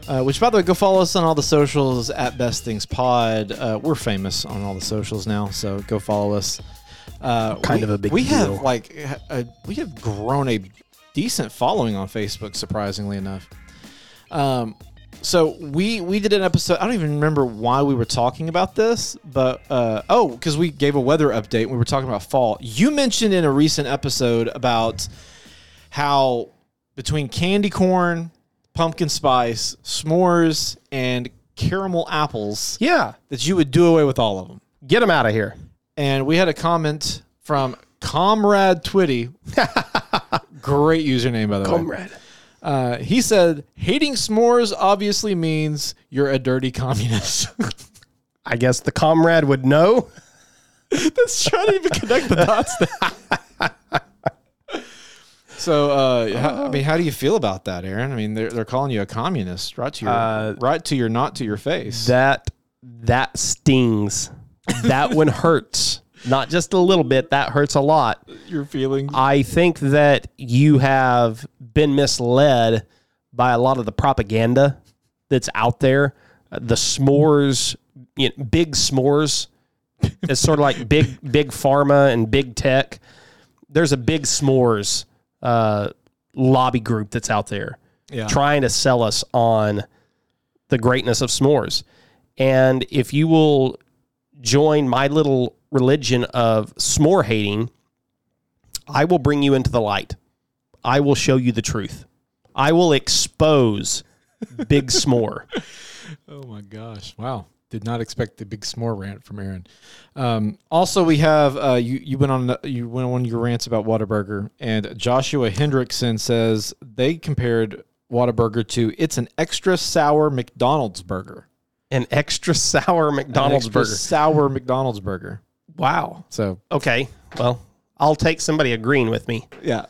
Speaker 2: Uh, which, by the way, go follow us on all the socials at Best Things Pod. Uh, we're famous on all the socials now, so go follow us. Uh,
Speaker 3: Kind
Speaker 2: we-
Speaker 3: of a big
Speaker 2: We have
Speaker 3: deal.
Speaker 2: like a, a- we have grown a decent following on Facebook, surprisingly enough. Um, so we we did an episode. I don't even remember why we were talking about this, but uh, oh, because we gave a weather update. We were talking about fall. You mentioned in a recent episode about how between candy corn, pumpkin spice, s'mores, and caramel apples,
Speaker 3: Yeah.
Speaker 2: that you would do away with all of them.
Speaker 3: Get them out of here.
Speaker 2: And we had a comment from Comrade Twitty. Great username, by the way. Uh, he said, hating s'mores obviously means you're a dirty communist.
Speaker 3: I guess the comrade would know.
Speaker 2: That's trying to even connect the dots. so, uh, how- I mean, how do you feel about that, Aaron? I mean, they're, they're calling you a communist right to your
Speaker 3: Uh,
Speaker 2: right to your not to your face.
Speaker 3: That that stings. That one hurts. Not just a little bit. That hurts a lot.
Speaker 2: your feelings.
Speaker 3: I think that you have been misled by a lot of the propaganda that's out there. Uh, The s'mores, you know, big s'mores. It's sort of like big big pharma and big tech. There's a big s'mores uh, lobby group that's out there
Speaker 2: Yeah.
Speaker 3: trying to sell us on the greatness of s'mores. And if you will join my little religion of s'more hating, I will bring you into the light. I will show you the truth. I will expose Big S'more.
Speaker 2: Oh my gosh! Wow, did not expect the big s'more rant from Aaron. Um, also, we have uh, you. You went on. You went on one of your rants about Whataburger, and Joshua Hendrickson says they compared Whataburger to it's an extra sour McDonald's burger.
Speaker 3: An extra sour
Speaker 2: An
Speaker 3: McDonald's
Speaker 2: extra
Speaker 3: burger.
Speaker 2: sour McDonald's burger.
Speaker 3: Wow.
Speaker 2: So
Speaker 3: Okay. Well, I'll take somebody agreeing with me.
Speaker 2: yeah,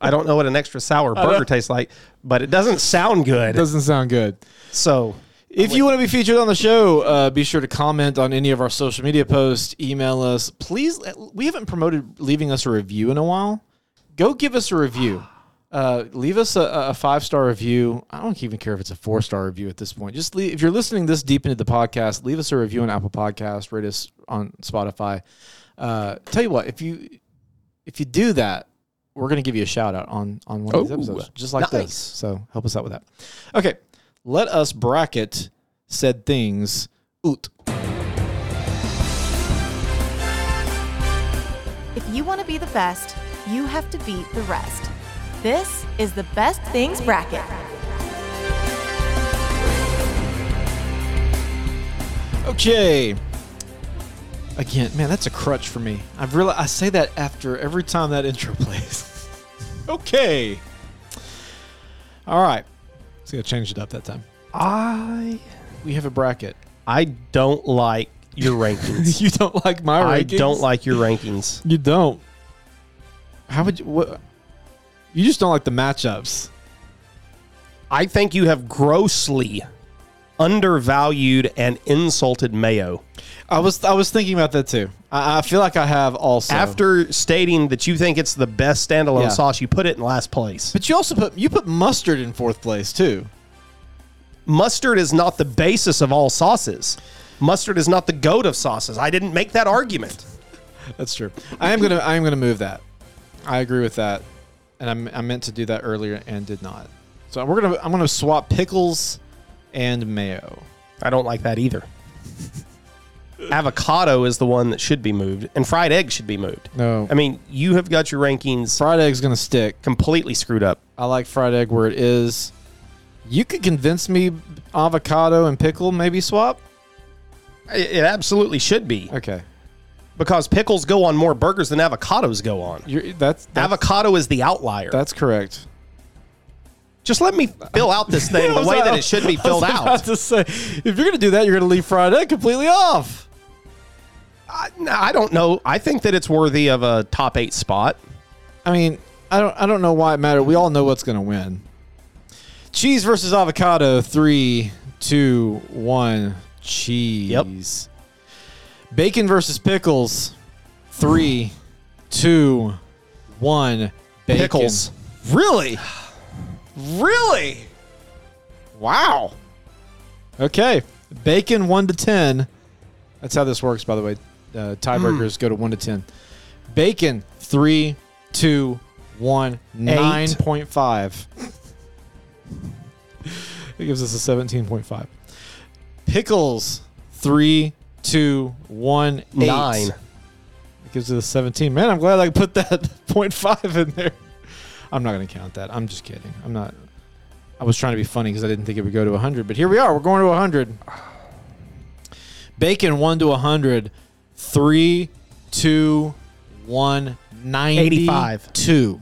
Speaker 3: I don't know what an extra sour burger tastes like, but it doesn't sound good.
Speaker 2: doesn't sound good.
Speaker 3: so
Speaker 2: If you want to be featured on the show, uh, be sure to comment on any of our social media posts, email us. Please, uh, we haven't promoted leaving us a review in a while. Go give us a review. Uh, leave us a, a five star review. I don't even care if it's a four star review at this point. Just leave, if you're listening this deep into the podcast, leave us a review on Apple Podcast, rate us on Spotify. Uh, tell you what, if you if you do that, we're gonna give you a shout out on on one of these
Speaker 3: Oh,
Speaker 2: episodes, just like
Speaker 3: nice.
Speaker 2: this. So help us out with that. Okay, let us bracket said things. Oot.
Speaker 1: If you want to be the best, you have to beat the rest. This is the Best Things Bracket.
Speaker 2: Okay. Again, man, that's a crutch for me. I've realized I say that after every time that intro plays. okay. All right. See, I changed it up that time.
Speaker 3: I
Speaker 2: We have a bracket.
Speaker 3: I don't like your rankings.
Speaker 2: you don't like my
Speaker 3: I
Speaker 2: rankings?
Speaker 3: don't like your rankings.
Speaker 2: You don't. How would you? What? You just don't like the matchups.
Speaker 3: I think you have grossly undervalued and insulted Mayo.
Speaker 2: I was I was thinking about that too. I, I feel like I have also
Speaker 3: After stating that you think it's the best standalone
Speaker 2: Yeah.
Speaker 3: sauce, you put it in last place.
Speaker 2: But you also put you put mustard in fourth place too.
Speaker 3: Mustard is not the basis of all sauces. Mustard is not the goat of sauces. I didn't make that argument.
Speaker 2: That's true. I am gonna I am gonna move that. I agree with that. and I'm, I meant to do that earlier and did not. So we're gonna I'm gonna swap pickles and mayo.
Speaker 3: I don't like that either. Avocado is the one that should be moved, and fried egg should be moved.
Speaker 2: No,
Speaker 3: I mean, you have got your rankings
Speaker 2: fried egg's gonna stick.
Speaker 3: completely screwed up.
Speaker 2: I like fried egg where it is. You could convince me avocado and pickle maybe swap.
Speaker 3: It it absolutely should be
Speaker 2: Okay,
Speaker 3: because pickles go on more burgers than avocados go on.
Speaker 2: You're, that's, that's
Speaker 3: Avocado is the outlier.
Speaker 2: that's correct.
Speaker 3: Just let me fill out this thing the
Speaker 2: was
Speaker 3: way
Speaker 2: about-
Speaker 3: that it should be filled
Speaker 2: I was about
Speaker 3: out.
Speaker 2: to say, if you're gonna do that, you're gonna leave fried egg completely off.
Speaker 3: I, no, I don't know. I think that it's worthy of a top eight spot.
Speaker 2: I mean, I don't I don't know why it mattered. We all know what's gonna win. Cheese versus avocado. Three, two, one. Cheese. Bacon versus pickles. Three, two, one. Bacon.
Speaker 3: Pickles.
Speaker 2: Really?
Speaker 4: Really? Wow.
Speaker 2: Okay. Bacon one to ten. That's how this works, by the way. Uh, tiebreakers go to one to ten. Bacon three, two, one, nine point five. it gives us a seventeen point five. Pickles three, two, one, eight.
Speaker 3: Nine.
Speaker 2: It gives us a seventeen. Man, I'm glad I put that point five in there. I'm not going to count that. I'm just kidding. I'm not. I was trying to be funny because I didn't think it would go to 100, but here we are. We're going to 100. Bacon 1 to 100. 3, 2, 1,
Speaker 3: 85.
Speaker 2: 92.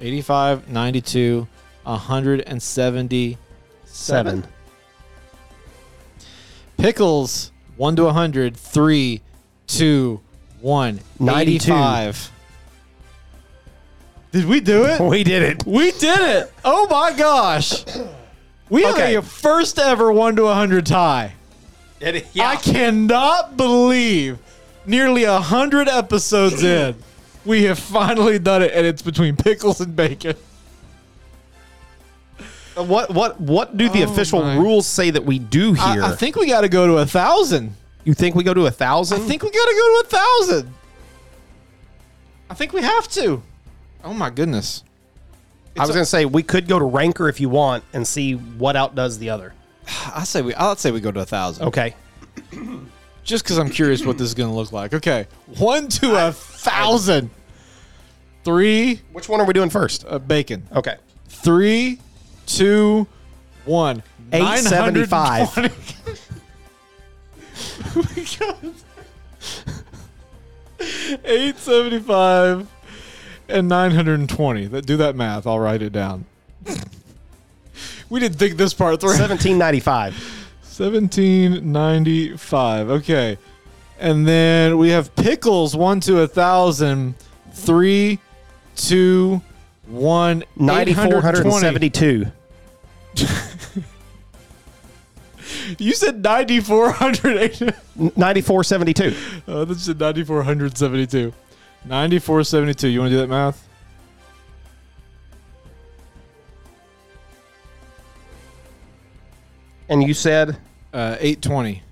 Speaker 2: 85, 92, 177.
Speaker 3: Seven.
Speaker 2: Pickles 1 to 100. 3, 2, 1,
Speaker 3: 92.
Speaker 2: 85. Did we do it?
Speaker 3: We did it.
Speaker 2: We did it! Oh my gosh! We have
Speaker 3: Okay.
Speaker 2: a first ever one to hundred tie.
Speaker 3: It-
Speaker 2: I cannot believe nearly hundred episodes in, we have finally done it, and it's between pickles and bacon.
Speaker 3: Uh, What what what do the official
Speaker 2: Oh my.
Speaker 3: rules say that we do here?
Speaker 2: I, I think we got to go to a thousand.
Speaker 3: you think we go to a thousand?
Speaker 2: I think we got to go to a thousand. I think we have to. Oh my goodness!
Speaker 3: I was going to say we could go to Ranker if you want and see what outdoes the other.
Speaker 2: I say we. I'll say we go to a thousand.
Speaker 3: Okay.
Speaker 2: just because I'm curious what this is going to look like. Okay, one to a thousand. Three
Speaker 3: Which one are we doing first?
Speaker 2: uh, bacon.
Speaker 3: Okay.
Speaker 2: Three, two, one.
Speaker 3: 875.
Speaker 2: 920. Oh my God. 875 and 920. That, do that math. I'll write it down. we didn't think this part through.
Speaker 3: 1795.
Speaker 2: 1795. Okay. And then we have pickles, one to a thousand, three, two, one, 820.
Speaker 3: 9472.
Speaker 2: You said 9400.
Speaker 3: 9472.
Speaker 2: Oh, this is 9472. 9472. You want to do that math?
Speaker 3: And you said
Speaker 2: Uh, 820.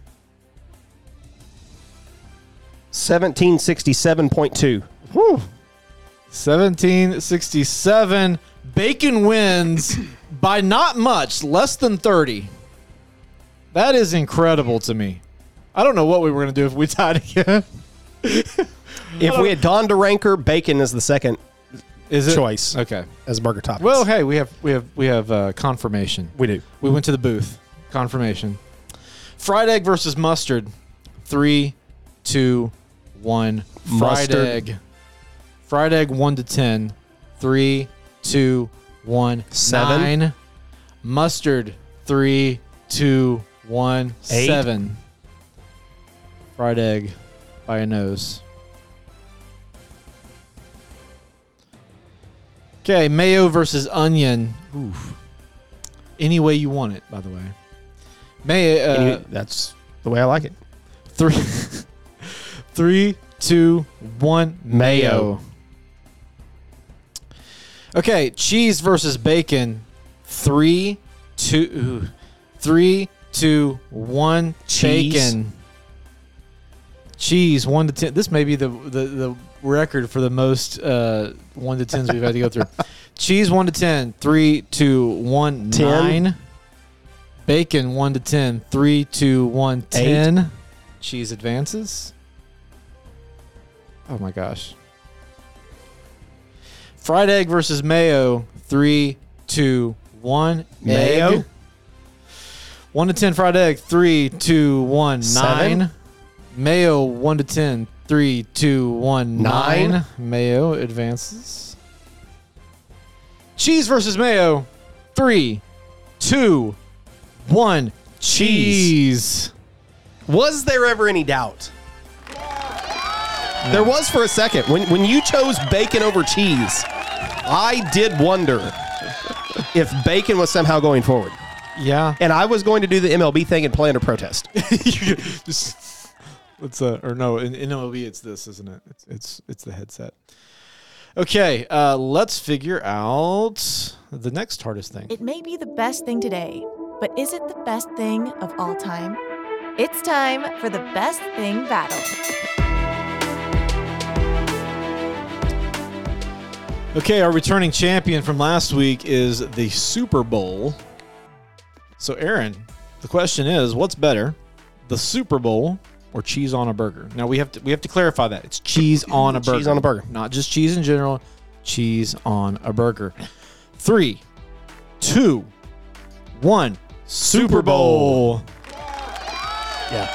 Speaker 3: 1767.2.
Speaker 2: Whew. 1767. Bacon wins by not much, less than 30. That is incredible to me. I don't know what we were going to do if we tied again.
Speaker 3: If we had gone to Ranker, bacon is the second
Speaker 2: Is it
Speaker 3: Choice.
Speaker 2: Okay.
Speaker 3: as burger toppings.
Speaker 2: Well, hey, we have we have we have uh, confirmation.
Speaker 3: we do.
Speaker 2: We went to the booth. Confirmation. Fried egg versus mustard. Three, two, one. Fried
Speaker 3: Mustard.
Speaker 2: egg. Fried egg one to ten. Three, two, one.
Speaker 3: Seven.
Speaker 2: Nine. Mustard. Three, two, one.
Speaker 3: Eight.
Speaker 2: Seven. Fried egg by a nose. Okay, mayo versus onion. Oof. Any way you want it, by the way. Mayo. Uh,
Speaker 3: Any- that's the way I like it.
Speaker 2: three, three, two, one.
Speaker 3: Mayo.
Speaker 2: Okay, cheese versus bacon. Three, two, ooh. three, two, one.
Speaker 3: Cheese.
Speaker 2: Bacon. Cheese one to ten. This may be the the, the record for the most uh, one to tens we've had to go through. Cheese one to ten, three, two, one,
Speaker 3: Ten.
Speaker 2: nine. Bacon one to ten, three, two, one, ten. Cheese advances. Oh my gosh. Fried egg versus mayo, three, two, one.
Speaker 3: Mayo?
Speaker 2: Egg. One to ten fried egg, three, two, one,
Speaker 3: Seven.
Speaker 2: nine. Mayo one to ten. Three, two, one,
Speaker 3: Nine.
Speaker 2: nine. Mayo advances. Cheese versus mayo. Three, two, one. Cheese.
Speaker 3: Was there ever any doubt? There was for a second. When when you chose bacon over cheese, I did wonder if bacon was somehow going forward.
Speaker 2: Yeah.
Speaker 3: And I was going to do the MLB thing and play under protest.
Speaker 2: Just- What's that? Or no, in, in MLB it's this, isn't it? It's it's, it's the headset. Okay, uh, let's figure out the next hardest thing.
Speaker 1: It may be the best thing today, but is it the best thing of all time? It's time for the best thing battle.
Speaker 2: Okay, our returning champion from last week is the Super Bowl. So, Aaron, the question is, what's better, the Super Bowl or cheese on a burger? Now we have to we have to clarify that it's cheese on a burger,
Speaker 3: Cheese on a burger.
Speaker 2: not just cheese in general, cheese on a burger. Three, two, one, Super Bowl.
Speaker 3: Yeah.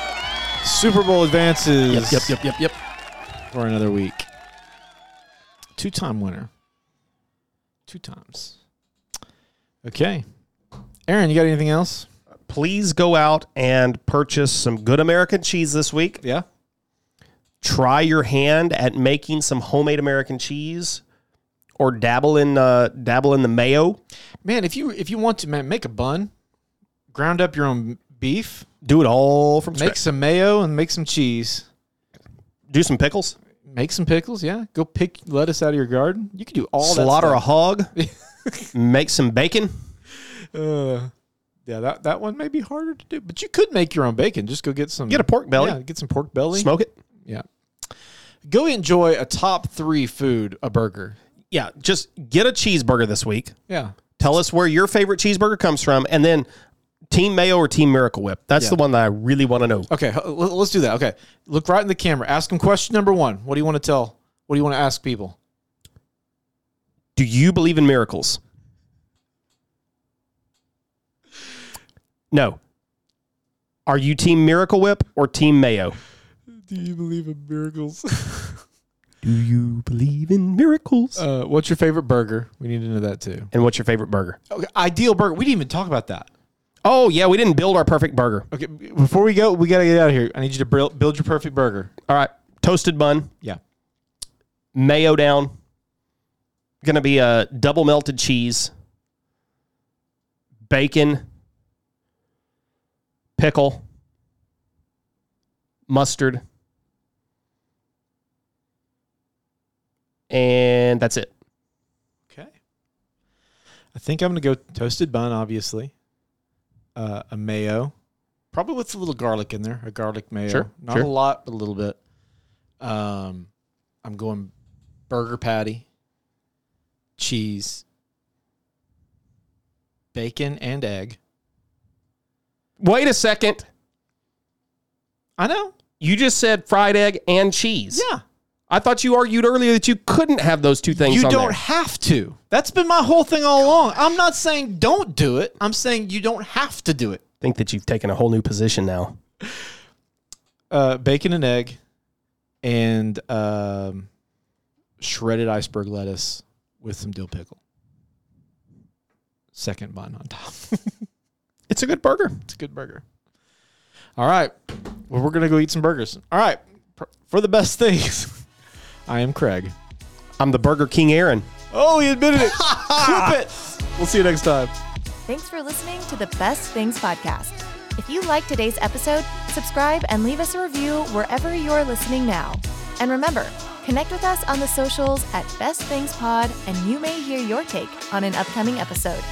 Speaker 2: Super Bowl advances
Speaker 3: Yep, yep, yep, yep, yep.
Speaker 2: for another week. Two time winner. Two times. Okay. Aaron, you got anything else?
Speaker 3: Please go out and purchase some good American cheese this week.
Speaker 2: Yeah.
Speaker 3: try your hand at making some homemade American cheese, or dabble in uh, dabble in the mayo.
Speaker 2: Man, if you if you want to man, make a bun, ground up your own beef,
Speaker 3: Do it all from
Speaker 2: make
Speaker 3: scratch.
Speaker 2: some mayo and make some cheese.
Speaker 3: Do some pickles.
Speaker 2: Make some pickles, yeah. Go pick lettuce out of your garden. You can do all
Speaker 3: Slaughter
Speaker 2: that.
Speaker 3: a hog. make some bacon.
Speaker 2: Slaughter uh, Yeah, that, that one may be harder to do. But you could make your own bacon. Just go get some
Speaker 3: Get a pork belly.
Speaker 2: Yeah, get some pork belly.
Speaker 3: Smoke it.
Speaker 2: Yeah. Go enjoy a top three food, a burger.
Speaker 3: Yeah, just get a cheeseburger this week.
Speaker 2: Yeah.
Speaker 3: Tell us where your favorite cheeseburger comes from, and then Team Mayo or Team Miracle Whip. That's
Speaker 2: Yeah.
Speaker 3: the one that I really want to know.
Speaker 2: Okay. h- l- Let's do that. Okay. Look right in the camera. Ask them question number one. What do you want to tell? What do you want to ask people?
Speaker 3: Do you believe in miracles? No. Are you Team Miracle Whip or Team Mayo?
Speaker 2: Do you believe in miracles?
Speaker 3: Do you believe in miracles?
Speaker 2: uh, what's your favorite burger? We need to know that too.
Speaker 3: and what's your favorite burger?
Speaker 2: Okay. Ideal burger. We didn't even talk about that.
Speaker 3: Oh, yeah, we didn't build our perfect burger.
Speaker 2: Okay. b- Before we go, we got to get out of here. I need you to bril- build your perfect burger.
Speaker 3: All right, toasted bun,
Speaker 2: Yeah.
Speaker 3: mayo down. Gonna be a double melted cheese, bacon, pickle, mustard, and that's it.
Speaker 2: Okay. I think I'm going to go toasted bun, obviously. Uh, a mayo, probably with a little garlic in there, a garlic mayo.
Speaker 3: Sure,
Speaker 2: Not
Speaker 3: sure.
Speaker 2: a lot, but a little bit. Um, I'm going burger patty, cheese, bacon, and egg.
Speaker 3: Wait a second.
Speaker 2: I know.
Speaker 3: You just said fried egg and cheese.
Speaker 2: Yeah.
Speaker 3: I thought you argued earlier that you couldn't have those two things.
Speaker 2: You
Speaker 3: on
Speaker 2: don't
Speaker 3: there.
Speaker 2: have to. That's been my whole thing all along. I'm not saying don't do it. I'm saying you don't have to do it.
Speaker 3: think that you've taken a whole new position now.
Speaker 2: uh, bacon and egg, and um, shredded iceberg lettuce with some dill pickle. Second bun on top.
Speaker 3: It's a good burger.
Speaker 2: it's a good burger. All right, well we're gonna go eat some burgers. All right, pr- for the best things. I am Craig.
Speaker 3: I'm the Burger King Aaron.
Speaker 2: Oh, he admitted it. Clip it. We'll see you next time.
Speaker 1: Thanks for listening to the Best Things Podcast. If you liked today's episode, subscribe and leave us a review wherever you're listening now. And remember, connect with us on the socials at Best Things Pod, and you may hear your take on an upcoming episode.